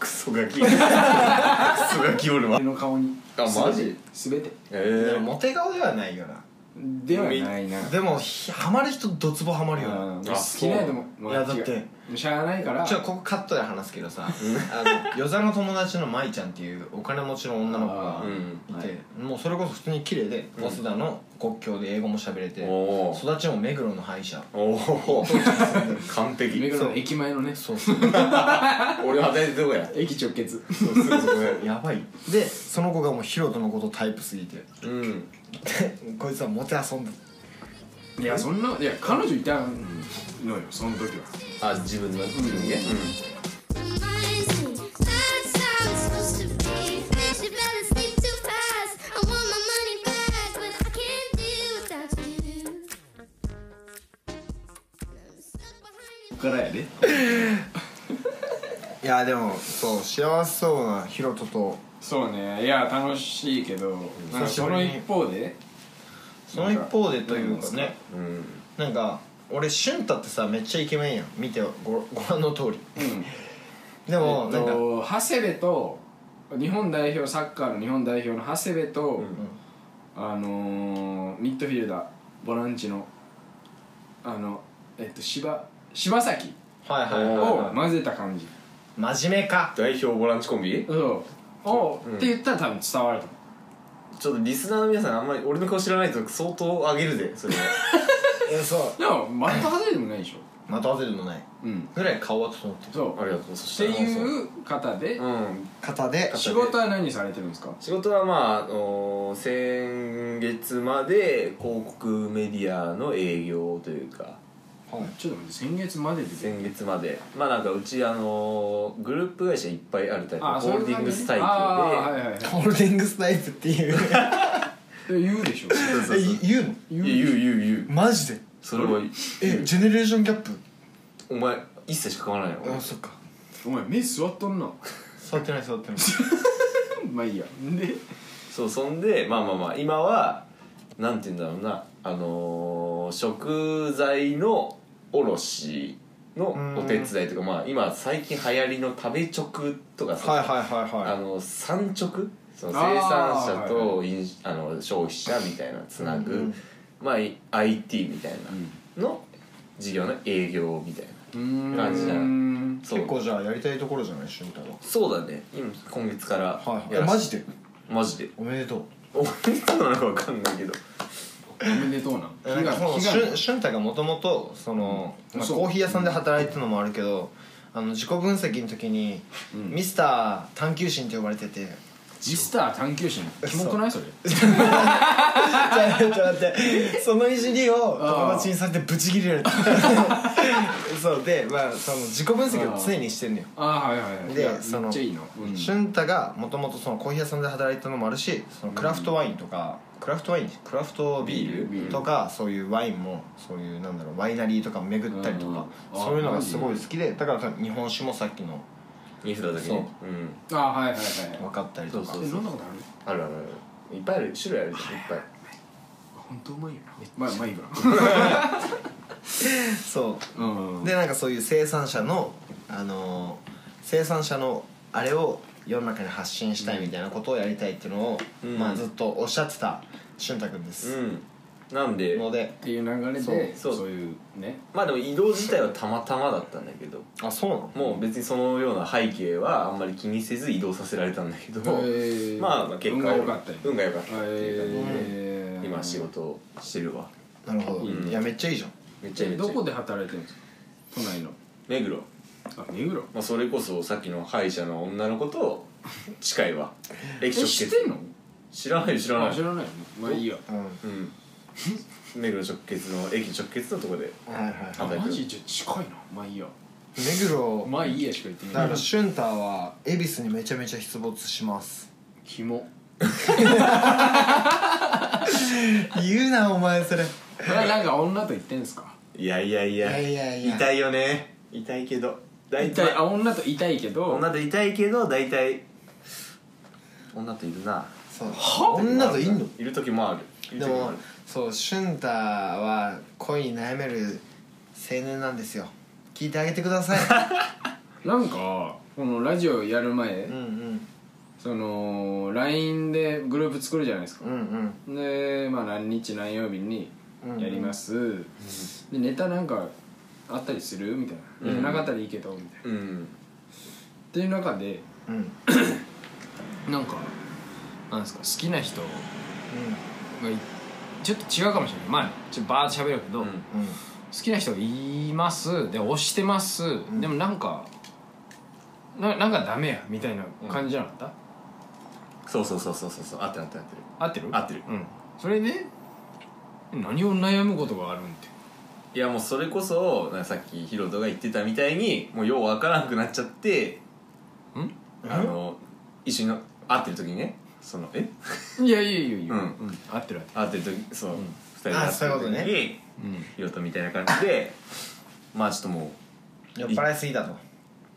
Speaker 4: クソガキクソガキおるわ
Speaker 3: 俺の顔に
Speaker 4: あマジ
Speaker 3: 全て
Speaker 4: ええ
Speaker 1: モテ顔ではないよな
Speaker 3: 全てではないな
Speaker 1: でもひハマる人ドツボハマるよな
Speaker 3: うん好きなやでも
Speaker 1: ういやだって
Speaker 3: しゃあないから
Speaker 1: ちょここカットで話すけどさあの与座の友達の舞ちゃんっていうお金持ちの女の子が
Speaker 3: あー
Speaker 4: うん
Speaker 1: い
Speaker 3: は
Speaker 1: てもうそれこそ普通に綺麗で早稲田の国境で英語も喋れて
Speaker 4: おー
Speaker 1: 育ちも目黒の歯医者
Speaker 4: おお完
Speaker 3: 目
Speaker 4: 璧
Speaker 3: 黒の駅前のね
Speaker 1: そうそう
Speaker 4: 俺は大体どこや
Speaker 3: 駅直結
Speaker 4: そうすぐそこや
Speaker 1: <laughs> やばいでその子がもうヒロトのことタイプすぎ <laughs> て
Speaker 4: うん
Speaker 1: でこいつはモテ遊んだ
Speaker 3: いやそんないや彼女いたのよその時は
Speaker 4: あ自分の自分でうん
Speaker 3: からやで
Speaker 1: いやでもそう幸せそうなヒロトと
Speaker 3: そうねいや楽しいけどなんかその一方で
Speaker 1: その一方でというかね
Speaker 4: うん
Speaker 1: なんか俺俊太ってさめっちゃイケメンやん見てごご覧の通り
Speaker 3: うん
Speaker 1: でも、
Speaker 3: えっ
Speaker 1: なんか
Speaker 3: と長谷部と日本代表サッカーの日本代表の長谷部と、あのー、ミッドフィルダーボランチのあのえっと柴柴崎
Speaker 1: はいはいはい
Speaker 3: を混ぜた感じ
Speaker 1: 真面目か
Speaker 4: 代表ボランチコンビ
Speaker 3: そうを、って言ったら多分伝わると思
Speaker 4: ちょっとリスナーの皆さんあんまり俺の顔知らないと相当上げるぜそれは
Speaker 1: えそう
Speaker 3: うでも全く外れでもないでしょ
Speaker 1: また外れもない
Speaker 3: うん
Speaker 1: ぐらい顔は整ってる
Speaker 3: そう
Speaker 4: ありがとうそし
Speaker 3: ってて
Speaker 4: ら
Speaker 3: いう方で
Speaker 4: うん
Speaker 1: 方で
Speaker 3: 仕事は何されてるんですか
Speaker 4: 仕事はまあ、あの先月まで広告メディアの営業というか
Speaker 1: はい
Speaker 3: ちょっと待って先月までで
Speaker 4: 先月までまあなんかうちあのグループ会社いっぱいあるタイプホ
Speaker 3: あそうい
Speaker 4: ー
Speaker 3: う
Speaker 4: ルディングスタイプで
Speaker 3: 感じあーはいはいはい
Speaker 1: ホールディングスタイプっていう <laughs>
Speaker 3: え言うでしょ
Speaker 4: そうそう
Speaker 1: え
Speaker 4: そう
Speaker 1: 言うの
Speaker 4: いや言う言う言う
Speaker 1: マジで
Speaker 4: それは
Speaker 1: えジェネレーションギャップ
Speaker 4: お前一切しか買わないよ
Speaker 1: あそっか
Speaker 3: お前目座っとんな
Speaker 1: 触ってない触 <laughs> ってない
Speaker 3: まあいいやで
Speaker 4: そうそんでまあまあまあ今はなんて言うんだろうなあのー食材の卸のお手伝いとかまあ今最近流行りの食べ直とかさ、
Speaker 1: はいはいはい
Speaker 4: あ
Speaker 1: は
Speaker 4: の産直その生
Speaker 3: あー
Speaker 4: 産者と飲あの消費者みたいなつなぐ、
Speaker 1: うんうん
Speaker 4: まあい IT みたいなの事業の営業みたいな
Speaker 3: うん
Speaker 4: 感じだ
Speaker 3: うん
Speaker 1: い
Speaker 4: そう
Speaker 1: 結構じゃあやりたいところじゃない俊太郎
Speaker 4: そうだね今今月から
Speaker 1: はい
Speaker 4: や
Speaker 1: え
Speaker 4: ら
Speaker 1: マ
Speaker 4: せ
Speaker 1: ジで
Speaker 4: マジで
Speaker 1: おめでとう
Speaker 4: おいつなのかわかんないけど
Speaker 3: おめでと
Speaker 4: <laughs>
Speaker 3: うな
Speaker 1: えなんかその
Speaker 3: 悲
Speaker 1: し
Speaker 3: 願
Speaker 1: ゅん俊太がもともとその、
Speaker 3: うん
Speaker 1: まあ、
Speaker 3: そう
Speaker 1: コーヒー屋さんで働いてたのもあるけどあの自己分析の時に、
Speaker 3: うん
Speaker 1: ミスター探求心って呼ばれて
Speaker 3: <laughs>
Speaker 1: て
Speaker 3: ミスター探求心キモくないそれ
Speaker 1: ちょっと待ってそのいじりを友達にされてブチギレら
Speaker 3: <laughs>
Speaker 1: れたそうでまあその自己分析を常にしてんのよ
Speaker 3: ああはいはいはいい
Speaker 1: で
Speaker 3: や
Speaker 1: そ
Speaker 3: め
Speaker 1: の
Speaker 3: っちゃいいのうん
Speaker 1: 俊太がもともとそのコーヒー屋さんで働いてたのもあるしそのクラフトワインとか、クラフトワインクラフトビ
Speaker 4: ビール
Speaker 1: ールとかそういうワインもそういうなんだろうワイナリーとか巡ったりとか、
Speaker 3: うん
Speaker 1: そういうのがすごい好きでだから多分日本酒もさっきの
Speaker 4: 見せた時
Speaker 1: そう
Speaker 4: にうん
Speaker 3: ああはいはいはい
Speaker 1: 分かったりとか
Speaker 4: そう
Speaker 3: え飲んだことある
Speaker 4: あるあるあるいっぱいある種類あるじゃんいっぱい
Speaker 3: 本当うまいよなまあまあいいわ
Speaker 1: そう
Speaker 3: うん
Speaker 1: でなんかそういう生産者の、あのー生産者のあれを世の中に発信したいみたいなことをやりたいっていうのを、
Speaker 4: うん
Speaker 1: まあ、ずっとおっしゃってた俊太君です、
Speaker 4: うんなんで
Speaker 1: ので
Speaker 3: っていう流れで
Speaker 4: そう
Speaker 3: そういうね
Speaker 4: まあでも移動自体はたまたまだったんだけど
Speaker 1: あそうなの
Speaker 4: もう別にそのような背景はあんまり気にせず移動させられたんだけど、
Speaker 3: へー
Speaker 4: まあまあ結果
Speaker 3: 運が良かったよ
Speaker 4: 運が良かったっていう感じで、
Speaker 3: え
Speaker 4: 今仕事をしてるわ
Speaker 1: なるほど、
Speaker 4: うん
Speaker 1: いやめっちゃいいじゃん
Speaker 4: めっちゃめっちゃ
Speaker 3: どこで働いてるんですか都内の
Speaker 4: 目黒、
Speaker 3: あ目黒
Speaker 4: まあ、それこそさっきの歯医者の女の子と近い
Speaker 3: <laughs>
Speaker 4: わ
Speaker 3: え
Speaker 4: 液晶
Speaker 3: 知っ
Speaker 4: 決
Speaker 3: てんの
Speaker 4: 知らないよ知ら
Speaker 3: あ
Speaker 4: ない
Speaker 3: 知らないよねまあいいや
Speaker 1: うん
Speaker 4: うん目黒直結の駅直結のとこで
Speaker 1: はいはい
Speaker 3: あ
Speaker 1: はい
Speaker 4: 働いてる
Speaker 3: マジじゃ近いなまあいいや
Speaker 1: 目黒
Speaker 3: まあいいやしか言って
Speaker 1: だ
Speaker 3: な
Speaker 1: か
Speaker 3: い
Speaker 1: らシュンタは恵比寿にめちゃめちゃ出没します
Speaker 3: キモ
Speaker 1: <laughs> 言うなお前それ
Speaker 3: これはなんか女と言ってんすか
Speaker 4: いやいやいや
Speaker 1: いやいやいや
Speaker 4: 痛いよね痛いけど大
Speaker 3: 痛い
Speaker 4: 体
Speaker 3: あ女と痛いけど
Speaker 4: 女と痛いけど大体女といるな
Speaker 1: そう女といんの
Speaker 4: いる時もあるいる
Speaker 1: で
Speaker 4: 時も
Speaker 1: も
Speaker 4: ある
Speaker 1: そうシュンタは恋に悩める青年なんですよ聞いてあげてください <laughs>
Speaker 3: なんかこのラジオやる前
Speaker 1: うんうん
Speaker 3: その LINE でグループ作るじゃないですか
Speaker 1: うんうん
Speaker 3: でまあ何日何曜日にやります、でネタなんかあったりするみたいな、
Speaker 4: うん
Speaker 3: なかったらいいけどみたいなっ
Speaker 4: うん
Speaker 3: ていう中で
Speaker 1: うんうん
Speaker 3: なんかなんですか好きな人がいちょっと違うかもしれないまあちょっとバーッと喋るけど、
Speaker 4: うん
Speaker 3: 好
Speaker 1: うん
Speaker 3: きな人がいますで押してます、
Speaker 1: ん
Speaker 3: でもなんかななんかダメやみたいな感じじゃなかった、
Speaker 4: そうそうそうそうそうそう合ってる合ってる合
Speaker 3: 合
Speaker 4: ってる
Speaker 3: ってる
Speaker 4: 合って
Speaker 3: う
Speaker 4: る
Speaker 3: んそれで何を悩むことがあるんって
Speaker 4: いやもうそれこそなんかさっきヒロトが言ってたみたいにもうようわからなくなっちゃって
Speaker 3: ん
Speaker 4: あの一緒に会ってる時にねそのえ
Speaker 3: いやいやいやいや、
Speaker 4: うん
Speaker 3: 合ってる合って
Speaker 4: 会ってる時そう、
Speaker 3: ん
Speaker 4: 二人で会って
Speaker 1: あそういう
Speaker 4: る
Speaker 1: こ
Speaker 4: 時
Speaker 1: と
Speaker 4: に、
Speaker 1: ね
Speaker 3: る、うん
Speaker 4: ヒロトみたいな感じでまあちょっとも
Speaker 1: 酔っ払いすぎだと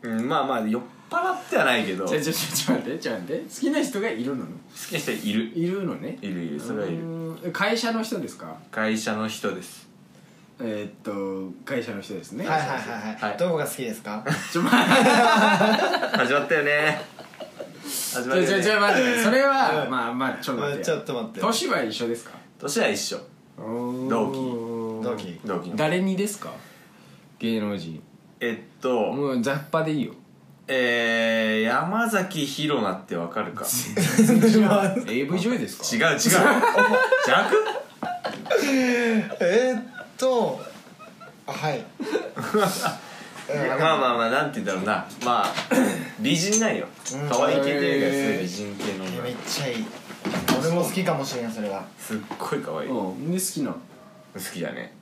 Speaker 4: う、うん、まあまあ酔っ払ってはないけど
Speaker 3: じ
Speaker 4: 好
Speaker 3: ゃじゃちょっと待ってちょっと待って好きな人がいるのね
Speaker 4: きな人いる
Speaker 3: いるのね
Speaker 4: いるいるそれはいる
Speaker 3: る会社の人ですか
Speaker 4: 会社の人です
Speaker 3: えー、っと会社の人ですね
Speaker 1: はいはいはいはい、
Speaker 4: はい
Speaker 1: どこが好きですか
Speaker 3: ちょ待って
Speaker 4: 始まったよね始ま
Speaker 3: ち
Speaker 4: る
Speaker 3: ょちょち
Speaker 4: よ
Speaker 3: ょ
Speaker 4: ね
Speaker 3: 待ってそれは、
Speaker 1: うん
Speaker 3: まあまあちょっと待って
Speaker 1: ちょっと待って
Speaker 3: 年は一緒ですか
Speaker 4: 年は一緒同
Speaker 1: 同期
Speaker 4: 同期の
Speaker 3: 誰にですか芸能人
Speaker 4: えっと
Speaker 3: もう雑把でいいよ
Speaker 4: えー、山崎ひろなってわかるか違
Speaker 3: AV 女優ですか
Speaker 4: う違う弱
Speaker 1: えーっとあ <laughs> はいうんわ
Speaker 4: まあ
Speaker 1: か
Speaker 4: まあまあなんて言うんだろうな
Speaker 3: <laughs>
Speaker 4: まあ美人なんよ
Speaker 1: うん
Speaker 4: 可愛い系というかすごい
Speaker 3: へー
Speaker 4: 美人系
Speaker 1: んな
Speaker 4: の
Speaker 1: いめっ
Speaker 4: 女
Speaker 1: ちゃいい俺も好きかもしれんそれは
Speaker 4: すっごい可愛い好
Speaker 3: うんで好きなの
Speaker 4: きだね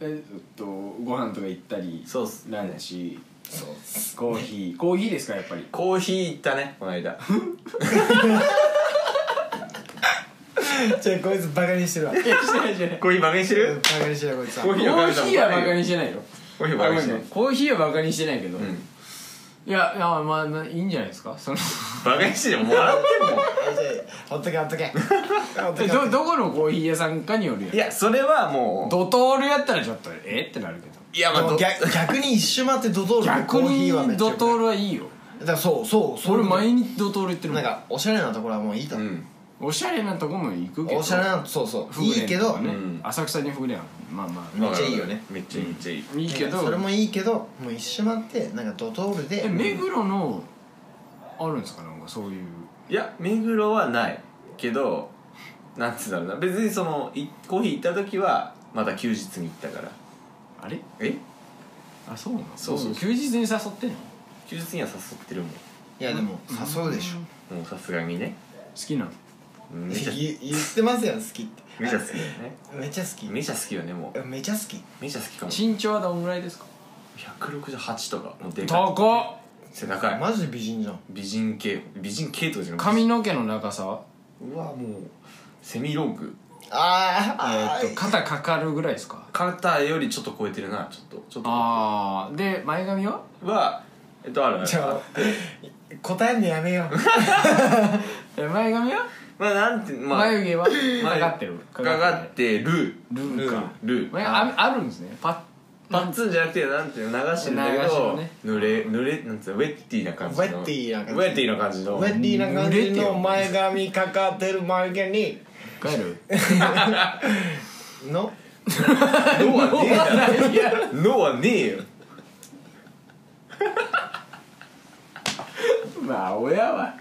Speaker 3: えっとご飯とか行ったり
Speaker 4: そうっす
Speaker 3: ランチ
Speaker 1: そうです
Speaker 3: コーヒーコーヒーですかやっぱり
Speaker 4: コーヒー行ったねこの間
Speaker 1: じゃあこいつバカにしてるわ
Speaker 3: いやしてないしてない
Speaker 4: コーヒーバカにしてる
Speaker 1: バカにしてるわこいつは
Speaker 4: コ
Speaker 3: コ
Speaker 4: ー
Speaker 3: ー
Speaker 4: ヒ
Speaker 3: ヒ
Speaker 4: ー
Speaker 3: ー
Speaker 4: は神様
Speaker 3: はバカにしてないよ
Speaker 4: コーヒー
Speaker 3: あ
Speaker 4: バ
Speaker 3: ごめん
Speaker 4: カにして
Speaker 3: ね
Speaker 4: る
Speaker 3: コーヒーはバカにしてないけど、
Speaker 4: うん
Speaker 3: いやいやまあまあいいんじゃないですかその
Speaker 4: バカにしてるもう笑ってんもん
Speaker 1: ほっとけほっとけほっと
Speaker 3: え
Speaker 1: けほ
Speaker 3: ど
Speaker 1: っと
Speaker 3: どこのコーヒー屋さんかによるやん
Speaker 4: いやそれはも
Speaker 3: ドトールやったらちょっとえってなるけど
Speaker 4: ういや
Speaker 1: けでも
Speaker 4: ど
Speaker 1: 逆逆に一周回ってドトールでコ
Speaker 3: 逆
Speaker 1: ーヒーはめ
Speaker 3: に
Speaker 1: っちゃ
Speaker 3: ド
Speaker 1: 良く
Speaker 3: トー
Speaker 1: ない
Speaker 3: ルはいいよ
Speaker 1: だからそうそうそうい
Speaker 3: 俺
Speaker 1: うこと
Speaker 3: 毎日ドトール行ってるも
Speaker 1: なん
Speaker 3: ん
Speaker 1: かおしゃれなところはもういいと
Speaker 4: う
Speaker 1: 思う、
Speaker 4: ん
Speaker 3: おしゃれなとこも行くけど
Speaker 1: おしゃれなそうそう
Speaker 3: フグレ
Speaker 1: い
Speaker 3: ン
Speaker 1: いけど、
Speaker 3: とかね
Speaker 4: うん
Speaker 3: 浅草にフグレンあるまあま
Speaker 1: めっちゃいいよね
Speaker 4: めっちゃいいめっちゃいい
Speaker 3: あいいけど
Speaker 1: それもいいけどもう一周回ってなんかドトールで
Speaker 3: え目黒のあるんですかなんかそういう
Speaker 4: いや目黒はないけどなんつうんだろうな別にそのいコーヒー行った時はまだ休日に行ったから
Speaker 3: あれ
Speaker 4: え
Speaker 3: あそうなの
Speaker 4: そうそう
Speaker 3: 休日に誘ってんの好
Speaker 4: 休日には誘ってるもん
Speaker 1: いやでも誘うでしょ、
Speaker 4: もうさすがにね
Speaker 3: きなの
Speaker 4: めちゃ
Speaker 1: 言言ってますよ好きって
Speaker 4: めちゃ好きだよね
Speaker 1: めちゃ好き
Speaker 4: めちゃ好きよねもう
Speaker 1: めちゃ好き
Speaker 4: めちゃ好きかも
Speaker 3: 身長はどんぐらいですか
Speaker 4: 168とかもうでかい
Speaker 3: 高っ
Speaker 4: 背高い
Speaker 1: マジで美人じゃん
Speaker 4: 美人系美人系とかじゃない
Speaker 3: 髪の毛の長さは
Speaker 4: うわもうセミロング
Speaker 1: ああ
Speaker 3: えーっと肩かかるぐらいですか
Speaker 4: 肩よりちょっと超えてるなちょっとちょっと
Speaker 3: ああで前髪は
Speaker 4: はえっとあるある
Speaker 1: じゃあ答えんのやめよう
Speaker 3: え前髪は
Speaker 4: まあなんてまあ
Speaker 3: 眉毛は
Speaker 4: 前
Speaker 3: かかってる
Speaker 4: かかってる
Speaker 3: ルーか
Speaker 4: ルー
Speaker 3: まあああるんですねパッ
Speaker 4: パッツンじゃなくてなんていうの流してるんだけ
Speaker 3: 流しの
Speaker 4: ど、
Speaker 3: ね
Speaker 4: 濡れ濡れなんつうのウェッティな感じの
Speaker 1: ウェッティな感じ
Speaker 4: ウェッティな感じの
Speaker 1: ウェッティな感じの前髪かかってる眉毛に
Speaker 3: 帰る
Speaker 1: の
Speaker 4: ノはねえだろ
Speaker 3: いや
Speaker 4: ノはねえよ
Speaker 3: まあ親は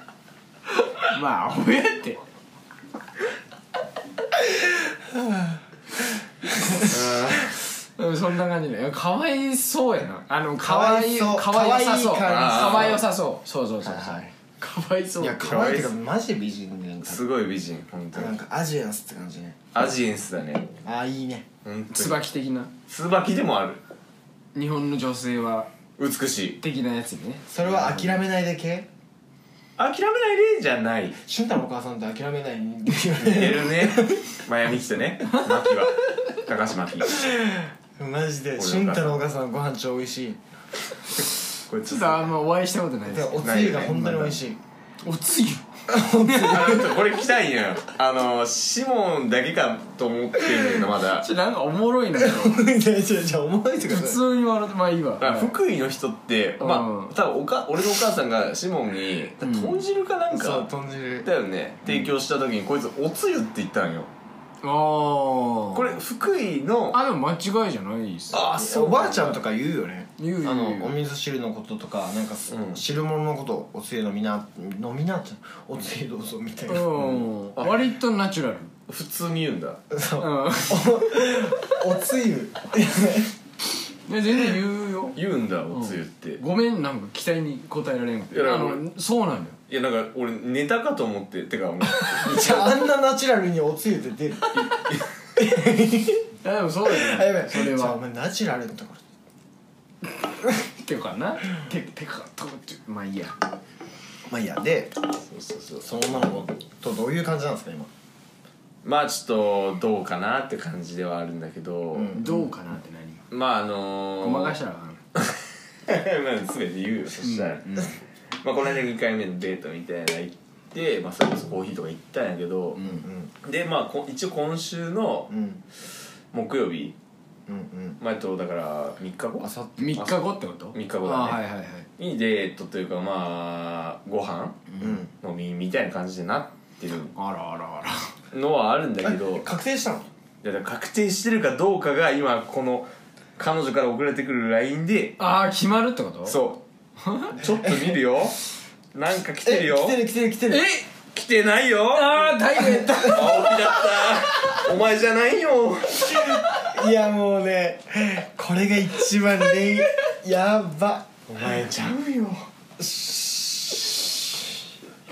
Speaker 3: まあ親ってうんそんな感じでいやかわいそうやなあのかわい
Speaker 1: かわいそう
Speaker 3: かわいさそう
Speaker 1: かわいい
Speaker 4: 感じ
Speaker 3: かわいさそうそうそうそうそう
Speaker 1: はいはい
Speaker 3: かわいそう
Speaker 1: いや可愛いけどマジで美人でなんか
Speaker 4: すごい美人本当
Speaker 1: なん
Speaker 4: に
Speaker 1: かアジアンスって感じね
Speaker 4: アジエンスだね
Speaker 1: ああいいね
Speaker 4: 本当に
Speaker 3: 椿的な
Speaker 4: 椿でもある
Speaker 3: 日本の女性は
Speaker 4: 美しい
Speaker 3: 的なやつね
Speaker 1: それは諦めないで系
Speaker 4: 諦めないでじゃない
Speaker 1: 俊太のお母さんって諦めないで
Speaker 4: 似て
Speaker 1: <laughs>
Speaker 4: るねマヤミキとねマキは高橋マキ
Speaker 1: マジで
Speaker 4: 母さん
Speaker 1: 俊太のお母さんのご飯超美味しい
Speaker 4: これ
Speaker 3: ち
Speaker 4: ち
Speaker 3: ょっ
Speaker 4: ょっ
Speaker 3: と
Speaker 4: と
Speaker 3: あんまお会いしたことないで
Speaker 1: です
Speaker 3: けど
Speaker 1: おつゆが本当に美味しい
Speaker 3: おつゆ
Speaker 4: あのこれ来たいんよあのシモンだけかと思ってるんだけどま
Speaker 3: <laughs>
Speaker 4: だ
Speaker 3: ちょなんかおもろいな
Speaker 1: じゃあじゃあじゃあ思いとか
Speaker 3: 普
Speaker 1: さ
Speaker 3: 通に笑ってまあいいわ
Speaker 4: だから福井の人って、
Speaker 3: うん
Speaker 4: まあ多分おか俺のお母さんがシモンに
Speaker 3: うん
Speaker 4: 豚汁かなん
Speaker 1: そう
Speaker 4: か、
Speaker 1: 豚汁
Speaker 4: だよね提供した時にこいつ「おつゆ」って言ったんよ
Speaker 3: ああ
Speaker 4: これ福井の
Speaker 3: あでも間違いじゃないです
Speaker 4: あ
Speaker 1: あそうおばあちゃんとか言うよね
Speaker 3: 言う言う
Speaker 1: あの
Speaker 3: 言う
Speaker 1: お味噌汁のこととかなんか、
Speaker 4: うん
Speaker 1: 汁物のことをおつゆ飲みな飲みなっておつゆどうぞみたいな、
Speaker 3: うん割とナチュラル
Speaker 4: 普通に言うんだ
Speaker 1: そう
Speaker 3: うん
Speaker 1: おつゆ
Speaker 3: いや全然言うよ
Speaker 4: 言うんだおつゆって、い
Speaker 3: ごめんなんか期待に応えられんくて
Speaker 4: いや
Speaker 3: あのそうなんだよ
Speaker 4: やなんか俺ネタかと思っててかもう
Speaker 1: じゃああんなナチュラルにおつゆって出る
Speaker 3: いやでもそうだ
Speaker 1: あや
Speaker 3: よ
Speaker 1: べ
Speaker 3: ね
Speaker 1: え
Speaker 3: それ
Speaker 1: じゃあお
Speaker 3: は
Speaker 1: 前ナチュラルのところ
Speaker 3: てかなててかとかってまあいいや
Speaker 1: まあいいやで
Speaker 4: そうそうそう
Speaker 1: その女の子とどういう感じなんですか今
Speaker 4: まあちょっとどうかなって感じではあるんだけど、
Speaker 1: ん
Speaker 3: どうかなって何
Speaker 4: まああのー、
Speaker 3: ごまかしたらあかん
Speaker 4: <laughs> まあ全て言うよそしたら、
Speaker 3: うん
Speaker 4: まあこの間2回目のデートみたいな行って、まあ、それこそコーヒーとか行ったんやけど、
Speaker 1: うん
Speaker 4: でまあこ一応今週の
Speaker 1: うん
Speaker 4: 木曜日
Speaker 1: うんうん
Speaker 4: まあえっとだから3日後
Speaker 1: あさって
Speaker 3: 3日後ってこと
Speaker 4: 三日後だね
Speaker 3: あはいはいはい
Speaker 4: にデートというかまあご飯
Speaker 1: うん
Speaker 4: 飲みみたいな感じでなってる
Speaker 3: あらあらあら
Speaker 4: のはあるんだけど
Speaker 1: え確定したの
Speaker 4: いやだから確定してるかどうかが今この彼女から送られてくる LINE で
Speaker 3: ああ決まるってこと
Speaker 4: そうちょっと見るよなんか来てるよ
Speaker 1: 来てる来てる来てる
Speaker 3: え
Speaker 4: 来てないよ
Speaker 3: ああダイ <laughs> エット
Speaker 4: 青木だったお前じゃないよ
Speaker 1: いやもうねこれが一番ねやば
Speaker 4: お前ちゃうよ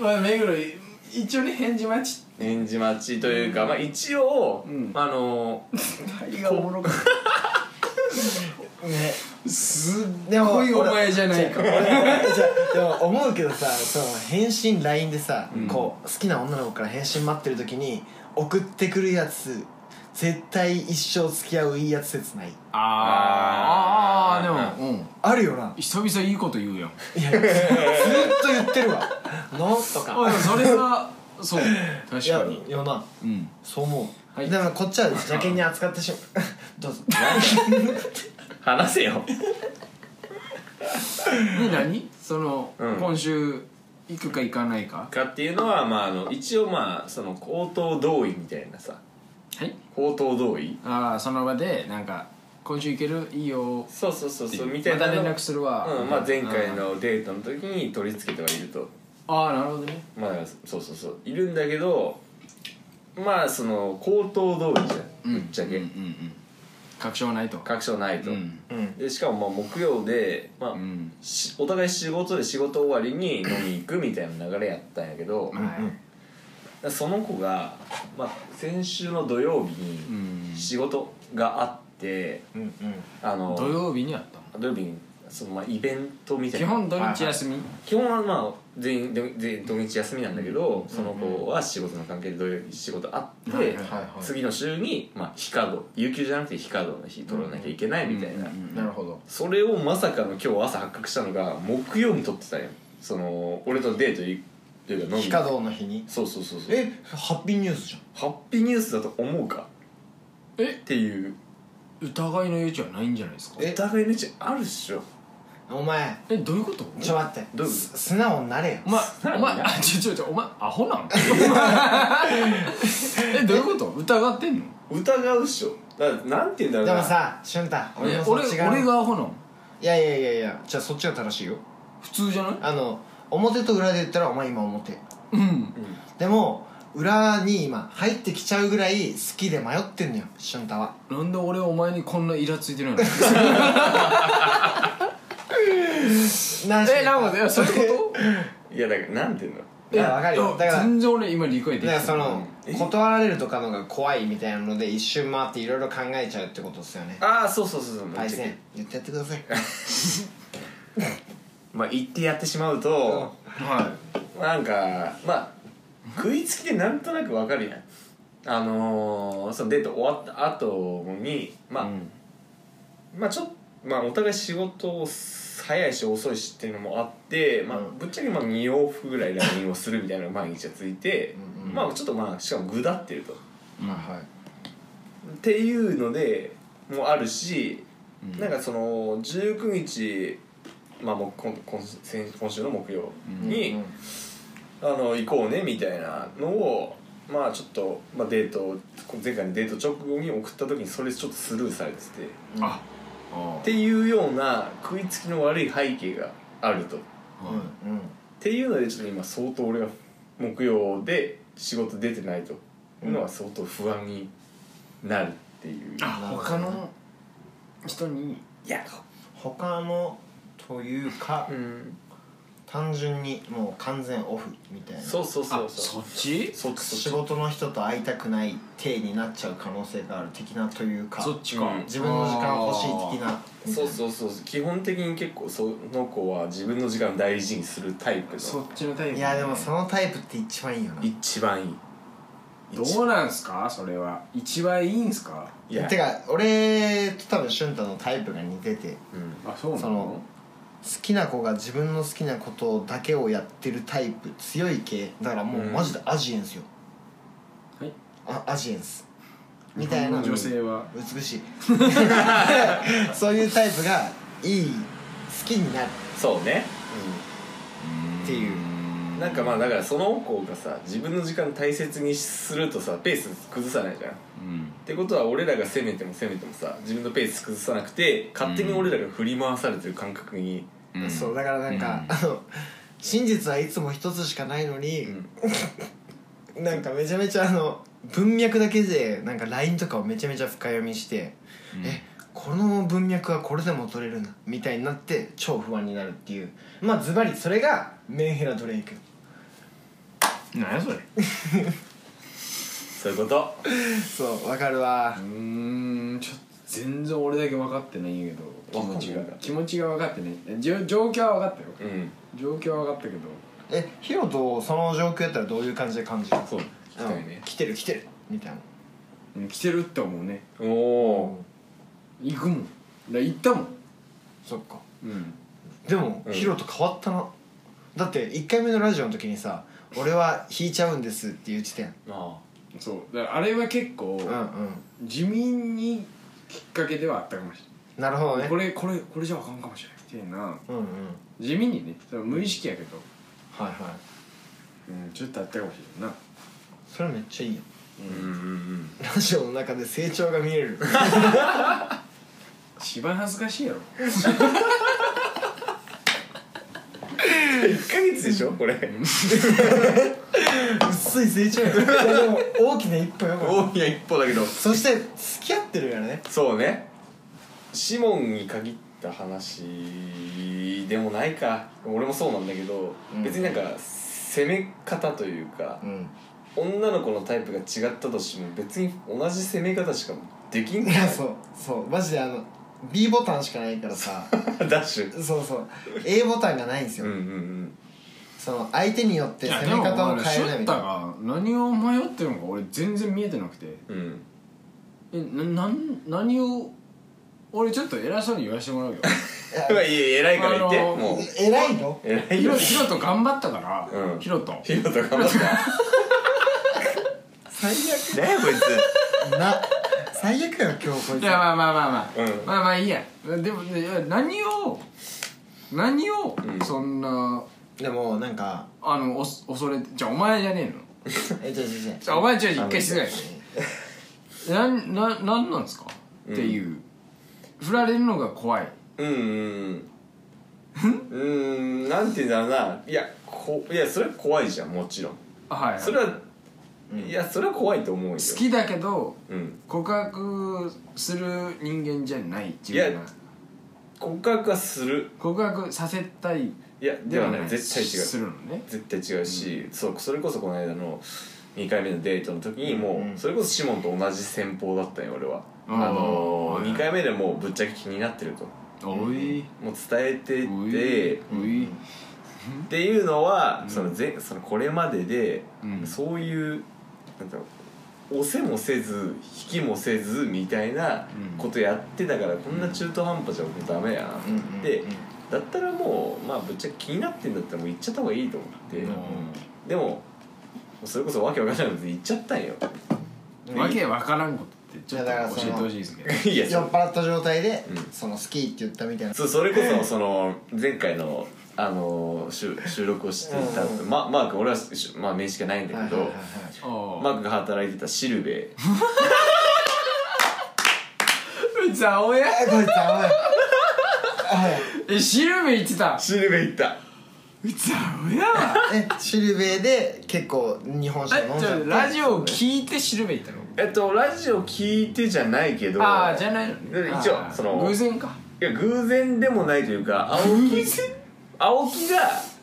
Speaker 3: まあ目黒い一応ね返事待ち
Speaker 4: 返事待ちというかまあ一応、
Speaker 3: ん
Speaker 4: あの
Speaker 3: がおもろかっ
Speaker 1: ね
Speaker 3: すっ
Speaker 1: でも
Speaker 3: ごいお
Speaker 1: 俺
Speaker 3: 前じゃないか
Speaker 1: 違う俺じゃあでも思うけどさその返信 LINE でさ、こう好きな女の子から返信待ってる時に送ってくるやつ絶対一生付き合ういいやつ切ない
Speaker 3: あーあーでも、うん、
Speaker 1: あるよな
Speaker 3: 久々いいこと言うやん
Speaker 1: いやずっと言ってるわ <laughs> なんと
Speaker 3: あ
Speaker 1: か
Speaker 3: でもそれはそう
Speaker 1: い
Speaker 3: 確
Speaker 1: や
Speaker 3: かに
Speaker 1: よな
Speaker 3: うん
Speaker 1: そう思う、
Speaker 3: はい
Speaker 1: だからこっちは邪険に扱ってしまう <laughs> どうぞ
Speaker 4: 話せよ
Speaker 3: で何その、
Speaker 4: うん
Speaker 3: 今週行くか行かないか
Speaker 4: かっていうのは、まあ、あの一応まあその口頭同意みたいなさ
Speaker 3: はい
Speaker 4: 口頭同意
Speaker 3: ああその場でなんか「今週行けるいいよ
Speaker 4: そうそうそうそうみた
Speaker 3: ま
Speaker 4: いな
Speaker 3: た
Speaker 4: の
Speaker 3: 連絡するわ」
Speaker 4: うんまあ、前回のデートの時に取り付けてはいると
Speaker 3: ああなるほどね
Speaker 4: まあそうそうそういるんだけどまあその口頭同意じゃんぶっちゃけ、
Speaker 3: うんうんうん確証はないと
Speaker 4: 確証ないと、
Speaker 3: うん
Speaker 1: うん
Speaker 4: でしかもまあ木曜で、まあ
Speaker 3: うん
Speaker 4: しお互い仕事で仕事終わりに飲み行くみたいな流れやったんやけ
Speaker 3: は
Speaker 4: ど、
Speaker 3: い
Speaker 4: その子が、まあ、先週の土曜日
Speaker 3: う
Speaker 4: に
Speaker 3: ん
Speaker 4: 仕事があって、
Speaker 1: うんうん
Speaker 4: あの
Speaker 3: 土曜日にやったの
Speaker 4: 土曜日にそのまあイベントみたい
Speaker 3: 基
Speaker 4: な
Speaker 3: 本土日休み
Speaker 4: 基本はまあ全員全全土日休みなんだけど、その子は仕事の関係で土曜日仕事あって、
Speaker 3: はいはい
Speaker 1: はいはい
Speaker 4: 次の週に、まあ、非稼働有給じゃなくて非稼働の日取らなきゃいけないみたいな、
Speaker 1: なるほど
Speaker 4: それをまさかの今日朝発覚したのが木曜に撮ってたんよその俺とデート行くというか飲み
Speaker 1: 非稼働の日に
Speaker 4: そうそうそうそう
Speaker 1: えハッピーニュースじゃん
Speaker 4: ハッピーニュースだと思うか
Speaker 3: え
Speaker 4: っていう
Speaker 3: 疑いの余地はないんじゃないですか
Speaker 1: え
Speaker 4: 疑いのうちあるっしょ
Speaker 1: お前
Speaker 3: えどういうこと
Speaker 1: ちょ待って
Speaker 4: どういうこと
Speaker 1: す素直になれよ
Speaker 3: お前
Speaker 4: 何
Speaker 3: お前あちょちょちょお前アホな
Speaker 1: <laughs>
Speaker 3: のえどういうこと疑ってんの
Speaker 4: 疑うっしょだからなんて言うんだろう
Speaker 1: で
Speaker 4: な
Speaker 1: もさ俊太俺もそ
Speaker 3: 俺
Speaker 1: っち
Speaker 3: 俺
Speaker 1: 側
Speaker 3: がアホなの
Speaker 1: いやいやいやいやじゃあそっちが正しいよ
Speaker 3: 普通じゃない
Speaker 1: あの表と裏で言ったらお前今表
Speaker 3: うん
Speaker 1: でも裏に今入ってきちゃうぐらい好きで迷ってんのよ俊太は
Speaker 3: なんで俺お前にこんなイラついてる
Speaker 1: <laughs>
Speaker 3: の
Speaker 1: 何
Speaker 3: えなん
Speaker 1: も
Speaker 3: かいやそういうこ
Speaker 4: いやだからなんて言うんだろ
Speaker 3: と
Speaker 1: いやわかるよ
Speaker 3: いや
Speaker 1: だから
Speaker 3: 全然俺今理解でき
Speaker 1: だ
Speaker 3: て
Speaker 1: か
Speaker 3: な
Speaker 1: ら
Speaker 3: い
Speaker 1: その
Speaker 4: え
Speaker 1: 断られるとかのが怖いみたいなので一周回っていろいろ考えちゃうってことですよね
Speaker 4: うああそうそうそうそう
Speaker 1: パイセン言ってやってください
Speaker 4: まあ言ってやってしまうと、
Speaker 3: は
Speaker 4: なんかまあ食いつきでなんとなくわかるやんあのー、そのデート終わった後にまあ、
Speaker 3: い、うん
Speaker 4: まあちょっまあお互い仕事を早いし遅いしっていうのもあって、まあ、ぶっちゃけまあ2往復ぐらい LINE をするみたいなのが毎日はついて
Speaker 1: うんうん
Speaker 4: まあちょっとまあしかもぐだってるとっ
Speaker 3: うん
Speaker 1: はい
Speaker 4: ていうのでもあるし、
Speaker 3: うん
Speaker 4: なんかその19日まあもう今今先今週の木曜に、
Speaker 1: うんうん
Speaker 4: あの行こうねみたいなのをまあちょっと、まあ、デート前回のデート直後に送った時にそれちょっとスルーされててっ
Speaker 3: ああ
Speaker 4: ていうような食いつきの悪い背景があるとっ
Speaker 3: はい
Speaker 1: うん
Speaker 4: ていうのでちょっと今相当俺が木曜で仕事出てないというのは相当不安になるっていう
Speaker 3: あ他の人に
Speaker 4: いや
Speaker 1: 他のというか
Speaker 4: うん
Speaker 1: 単純にもう完全オフみたいな
Speaker 4: そうそうそ
Speaker 3: あ
Speaker 4: う
Speaker 3: そ
Speaker 4: そう
Speaker 3: っち
Speaker 4: そっち
Speaker 1: 仕
Speaker 4: そっち
Speaker 1: 事の人と会いたくない体になっちゃう可能性がある的なというか
Speaker 3: そっちか、
Speaker 4: うん
Speaker 1: 自分の時間欲しい的な
Speaker 4: そうそうそう基本的に結構その子は自分の時間を大事にするタイプの
Speaker 3: そっちのタイプね
Speaker 1: いやでもそのタイプって一番いいよな
Speaker 4: 一番いい
Speaker 3: どうなんすかそれは一番いいんすか
Speaker 4: いや
Speaker 1: てか俺と多分俊太のタイプが似てて好
Speaker 4: うん
Speaker 3: あそうな
Speaker 1: そのきな子が自分の好きなことだけをやってるタイプ強い系だからもう
Speaker 4: うん
Speaker 1: マジでアジエンスよ、
Speaker 3: はい
Speaker 1: あアジエンスみたいな
Speaker 3: 日本の女性は
Speaker 1: 美しい <laughs> そういうタイプがいい好きになる
Speaker 4: そうね、
Speaker 1: っていう
Speaker 4: なんかまあだからその子がさ自分の時間大切にするとさペース崩さないじゃんっ
Speaker 3: うん
Speaker 4: てことは俺らが攻めても攻めてもさ自分のペース崩さなくて勝手に俺らが振り回されてる感覚に、
Speaker 3: うん
Speaker 1: そうだからなんか、
Speaker 3: うん
Speaker 1: あの真実はいつも一つしかないのに、なんかめちゃめちゃあの文脈だけでなんか LINE とかをめちゃめちゃ深読みして、えこの文脈はこれでも取れるなみたいになって超不安になるっていうまあズバリそれがメンヘラドレイク
Speaker 3: 何やそれ
Speaker 4: そういうこと
Speaker 1: そうわかるわ
Speaker 3: うーんちょっと全然俺だけ分かってないんやけど気持ちが
Speaker 4: 分かんない
Speaker 3: 気持ちが分かってないじょ状況は分かったよ
Speaker 4: うん
Speaker 3: 状況は分かったけど
Speaker 1: えヒロとその状況やったらどういう感じで感じる
Speaker 4: そう聞きたい
Speaker 1: うん
Speaker 4: ね、
Speaker 1: 来てる来てるみたいな
Speaker 3: うん来てるって思うね
Speaker 4: おお
Speaker 3: 行くもんだから行ったもん
Speaker 1: そっか
Speaker 3: うん
Speaker 1: でも、
Speaker 4: うん
Speaker 1: ヒロと変わったなだって1回目のラジオの時にさ「俺は引いちゃうんです」って言ってたやん
Speaker 4: あ
Speaker 3: そうだからあれは結構
Speaker 1: うんうん
Speaker 3: 地味にきっかけではあったかもし
Speaker 1: なるほど
Speaker 3: れな
Speaker 1: ね
Speaker 3: いこれこれこれじゃあかんかもしれないみたいな
Speaker 1: うんうん
Speaker 3: 地味にねそれは無意識やけど、
Speaker 1: はいはい
Speaker 3: うん、ちょっとあったかもしれんな
Speaker 1: それめっちゃいいよ
Speaker 4: うんうんうん
Speaker 1: ラジオの中で成長が見え <laughs> る
Speaker 3: 一番恥ずかしいやろ
Speaker 4: 1ヶ月でしょこれ
Speaker 1: 薄い成長 <laughs> やいやでも大きな一歩よこれ
Speaker 4: 大きな一歩だけど
Speaker 1: そして付き合ってるからね
Speaker 4: そうねシモンに限った話でもないか俺もそうなんだけど、
Speaker 1: うん
Speaker 4: 別になんか攻め方というか
Speaker 1: う、ん
Speaker 4: 女の子のタイプが違ったとしても別に同じ攻め方しかできん
Speaker 1: い
Speaker 4: か
Speaker 1: やそうそうマジであの B ボタンしかないから <laughs> さ
Speaker 4: らダッシュ
Speaker 1: そうそう A ボタンがないんです
Speaker 4: うん
Speaker 1: よ、
Speaker 4: うんうん
Speaker 1: その相手によって
Speaker 3: いや
Speaker 1: 攻
Speaker 3: で
Speaker 1: め
Speaker 3: も
Speaker 1: 方を変え
Speaker 3: シ
Speaker 1: ない
Speaker 3: ュッ
Speaker 1: みたい
Speaker 3: タ
Speaker 1: な
Speaker 3: が何を迷ってるのか俺全然見えてなくて
Speaker 4: うん <laughs>
Speaker 3: えななん何を俺ちょっと偉そうに言わせてもらうよ
Speaker 4: いやいや偉いから言って、
Speaker 3: あのー
Speaker 4: もう
Speaker 1: え偉いの
Speaker 4: 偉い
Speaker 3: ヒ
Speaker 4: よ
Speaker 3: ロヒロと頑張ったから、
Speaker 4: うん
Speaker 3: ヒロと
Speaker 4: ヒロと頑張った
Speaker 1: 最悪
Speaker 4: ねえこいつ
Speaker 1: な最悪よ今日こい
Speaker 3: い
Speaker 1: つ
Speaker 3: やまあまあまあまあ、
Speaker 4: うん
Speaker 3: まあまあいいやでもねいや何を何を
Speaker 4: うん
Speaker 3: そんな
Speaker 1: でもなんか
Speaker 3: あのお恐れてじゃあお前じゃねえの
Speaker 1: えじゃあじゃあ
Speaker 3: じ
Speaker 1: じ
Speaker 3: ゃ
Speaker 1: ゃ
Speaker 3: あ
Speaker 1: あ
Speaker 3: お前じゃあ一回失礼なんななんなんですか、
Speaker 4: うん
Speaker 3: っていう振られるのが怖い
Speaker 4: うんうんうんうんなんて言うんだろうないやこいやそれは怖いじゃんもちろん
Speaker 3: あはい
Speaker 4: それは、いやそれは怖いと思うよ
Speaker 3: 好きだけど
Speaker 4: うん
Speaker 3: 告白する人間じゃない自
Speaker 4: い
Speaker 3: 分
Speaker 4: や
Speaker 3: が
Speaker 4: 告白はする
Speaker 3: 告白させたい
Speaker 4: いやで
Speaker 3: では
Speaker 4: は
Speaker 3: な
Speaker 4: ないい絶対違う
Speaker 3: するのね
Speaker 4: 絶対違うし、そうそれこそこの間の2回目のデートの時にもう、
Speaker 1: うん
Speaker 4: それこそシモンと同じ戦法だったよ俺は、
Speaker 3: あー
Speaker 4: あの
Speaker 3: は
Speaker 4: ー、
Speaker 3: い
Speaker 4: 2回目でもうぶっちゃけ気になってると
Speaker 3: おい
Speaker 4: もう伝えて
Speaker 3: お
Speaker 4: て
Speaker 3: いおい
Speaker 4: っていうのは、そのぜそのこれまでで、
Speaker 3: うん
Speaker 4: そういうなんだろう押せもせず引きもせずみたいな
Speaker 3: うん
Speaker 4: ことやってたから、こんな中途半端じゃ僕ダメやなと思って、
Speaker 1: うんうんうん
Speaker 4: だったらもうまあぶっちゃけ気になってんだったらもう行っちゃった方がいいと思って、
Speaker 1: うん
Speaker 4: でもそれこそわけわかんないので行っちゃったんよ
Speaker 3: うんわけわからんことってちょっ
Speaker 1: いやだから
Speaker 3: と
Speaker 1: そ
Speaker 3: 教
Speaker 1: の
Speaker 3: えてほしいですけど
Speaker 4: いや
Speaker 1: 酔っ
Speaker 4: そ
Speaker 1: 払った状態で、
Speaker 4: うん
Speaker 1: その好きって言ったみたいな
Speaker 4: そうそれこそその前回のあの収収録をしていた、
Speaker 1: うんうん
Speaker 4: ま、マーク俺は、しまあ、名刺がないんだ
Speaker 1: はい
Speaker 4: け
Speaker 1: はいは
Speaker 4: ど、
Speaker 1: いはい
Speaker 4: マ
Speaker 3: あ
Speaker 4: ークが働いてたシルベ
Speaker 3: あざおや
Speaker 1: えこいつあおい
Speaker 3: えシルベ言ってた
Speaker 4: シルベ行った
Speaker 3: うざおやわ
Speaker 1: えシルベで結構日本酒飲
Speaker 3: え
Speaker 1: ん
Speaker 3: ち
Speaker 1: じゃ
Speaker 3: ょ
Speaker 1: って
Speaker 3: ラジオを聞いてシルベ言ったの
Speaker 4: えっとラジオ聞いてじゃないけど
Speaker 3: ああじゃないのね
Speaker 4: 一応
Speaker 3: あー
Speaker 4: その
Speaker 3: 偶然か
Speaker 4: いや偶然でもないというか青木青木が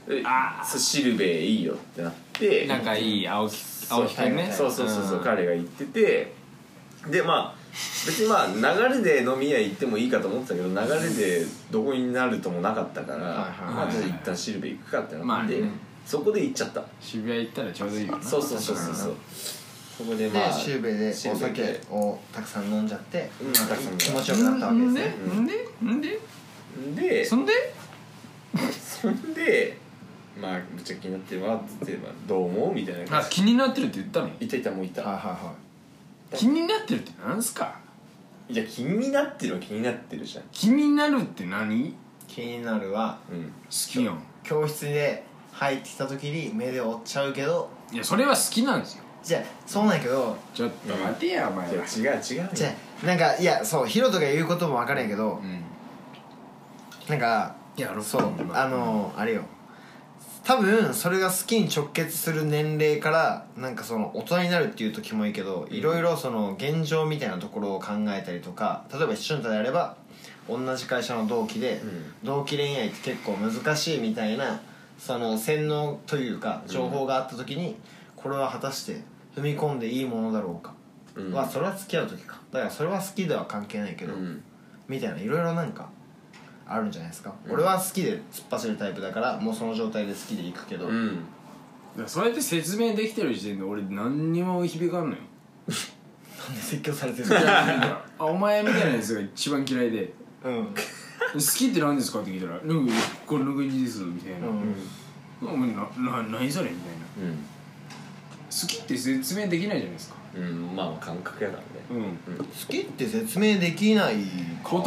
Speaker 4: え
Speaker 3: あー
Speaker 4: そうシルベいいよってなって
Speaker 3: 仲いい青木青木くんね
Speaker 4: そうそうそうそう、
Speaker 3: ん
Speaker 4: 彼が言っててでまあ別にまあ流れで飲み屋行ってもいいかと思ってたけど流れでどこになるともなかったか
Speaker 1: は
Speaker 4: ら、
Speaker 1: いはい
Speaker 4: まあじゃあ一旦シルベ行くかって
Speaker 3: ま
Speaker 4: な
Speaker 3: あ
Speaker 4: って、
Speaker 3: ね
Speaker 4: そこで行っちゃった
Speaker 3: 渋谷行ったらちょうどいいよな
Speaker 4: そうそうそうそうそうそこで
Speaker 1: で
Speaker 4: まあ
Speaker 1: シルベでお
Speaker 4: シルベ
Speaker 1: 酒
Speaker 4: で
Speaker 1: をたくさん飲んじゃって
Speaker 4: うんたくさん飲んだ
Speaker 1: 気持ちよくなったわけです
Speaker 3: ん
Speaker 1: ね
Speaker 3: でんでんで
Speaker 4: で
Speaker 3: そんで
Speaker 4: そんでまあぶっちゃけ気になってるわっつってまあ「どう思う?」みたいな感
Speaker 3: あ
Speaker 4: じ
Speaker 3: 気になってるって言ったの
Speaker 4: いたいたもうい
Speaker 1: はいはい
Speaker 4: た
Speaker 1: は
Speaker 3: 気になってるってなんすか
Speaker 4: いや気になってるは気になってるじゃん
Speaker 3: 気になるって何好
Speaker 1: い気になるは
Speaker 4: うん
Speaker 3: きやん
Speaker 1: 教室で入ってきた時に目で追っちゃうけど
Speaker 3: いやそれは好きなんですよ
Speaker 1: じゃあそうなんやけど
Speaker 3: ちょっと待てやお前
Speaker 4: いや
Speaker 3: は
Speaker 4: 違う違うよ
Speaker 1: じゃあなんかいやそうヒロトが言うことも分からんやけど
Speaker 3: うん
Speaker 1: なんか
Speaker 3: やろ
Speaker 1: そう
Speaker 3: 今
Speaker 1: あのあれよ多分それが好きに直結する年齢からなんかその大人になるっていう時もいいけどいろいろその現状みたいなところを考えたりとか例えば一緒にであれば同じ会社の同期で、
Speaker 4: ん
Speaker 1: 同期恋愛って結構難しいみたいなその洗脳というか情報があった時に、これは果たして踏み込んでいいものだろうか
Speaker 4: うん
Speaker 1: まあそれは付き合う時かだからそれは好きでは関係ないけど、
Speaker 4: うん
Speaker 1: みたいないろいろなんかあるんじゃないですか、俺は好きで突っ走るタイプだからもうその状態で好きで行くけど、
Speaker 4: うん
Speaker 3: らそうやって説明できてる時点で俺何にも響かんのよ
Speaker 1: なんで説教されて
Speaker 4: <laughs>
Speaker 1: る
Speaker 3: い
Speaker 1: の
Speaker 3: やなんかあお前みたいなやつが一番嫌いで
Speaker 1: うん
Speaker 3: 「好きって何ですか?」って聞いたら「うんこれの国です」みたいな
Speaker 1: う
Speaker 3: 「
Speaker 1: ん
Speaker 3: お前なな何それ?」みたいな
Speaker 4: うん
Speaker 3: 好きって説明できないじゃないですか
Speaker 4: うんまあまあ感覚やからね
Speaker 3: うん
Speaker 1: 好きって説明できない
Speaker 3: 言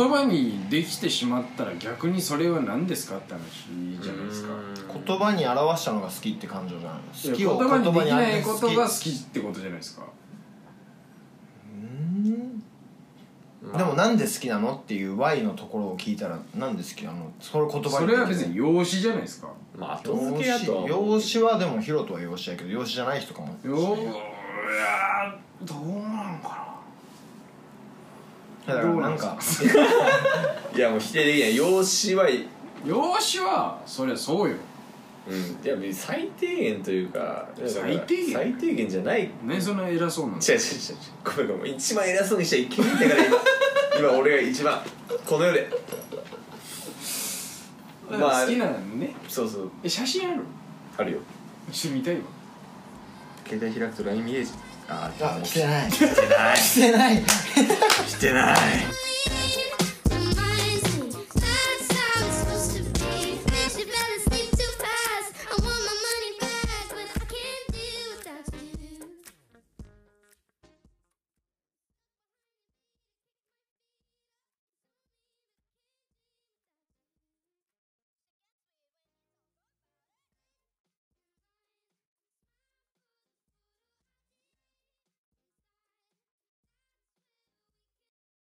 Speaker 3: 葉にできてしまったら逆にそれは何ですかって話じゃないですか
Speaker 1: 言葉に表したのが好きって感情じゃない
Speaker 3: い
Speaker 1: 好
Speaker 3: や
Speaker 1: き
Speaker 3: 言
Speaker 1: を
Speaker 3: 葉にでき
Speaker 1: 表
Speaker 3: ない
Speaker 1: す
Speaker 3: ことが好きってことじゃないですか
Speaker 1: うん
Speaker 4: まあ
Speaker 1: でもなんで好きなのっていう Y のところを聞いたらなんで好きなのそれ言葉に
Speaker 3: それは別に養子じゃないですか
Speaker 4: まあ後付
Speaker 1: 養
Speaker 4: けやとは
Speaker 1: 子
Speaker 4: 思う
Speaker 1: 養子はでもヒロとは養子やけど養子じゃない人かも
Speaker 3: よーいやーどうなんか
Speaker 1: だからなんか
Speaker 4: いやもう否定できない養子はい
Speaker 3: な養子はそりゃそうよ
Speaker 4: うんいや別に最低限というかいやだから
Speaker 3: 最低限
Speaker 4: 最低限じゃない違う違
Speaker 3: ねそんな偉そうなの
Speaker 4: う違う違うごめんごめん一番偉そうにしちゃいけないんだから今今俺が一番この世で
Speaker 3: だから
Speaker 4: まあ
Speaker 3: 好きなのね
Speaker 4: そうそう
Speaker 3: え写真ある
Speaker 4: あるよ
Speaker 3: ちょっと見たいわ
Speaker 4: 携帯開くと LINE 見えるあ
Speaker 1: あ
Speaker 4: もう
Speaker 1: 来てない
Speaker 4: 来てない
Speaker 1: 来てない
Speaker 4: 来てない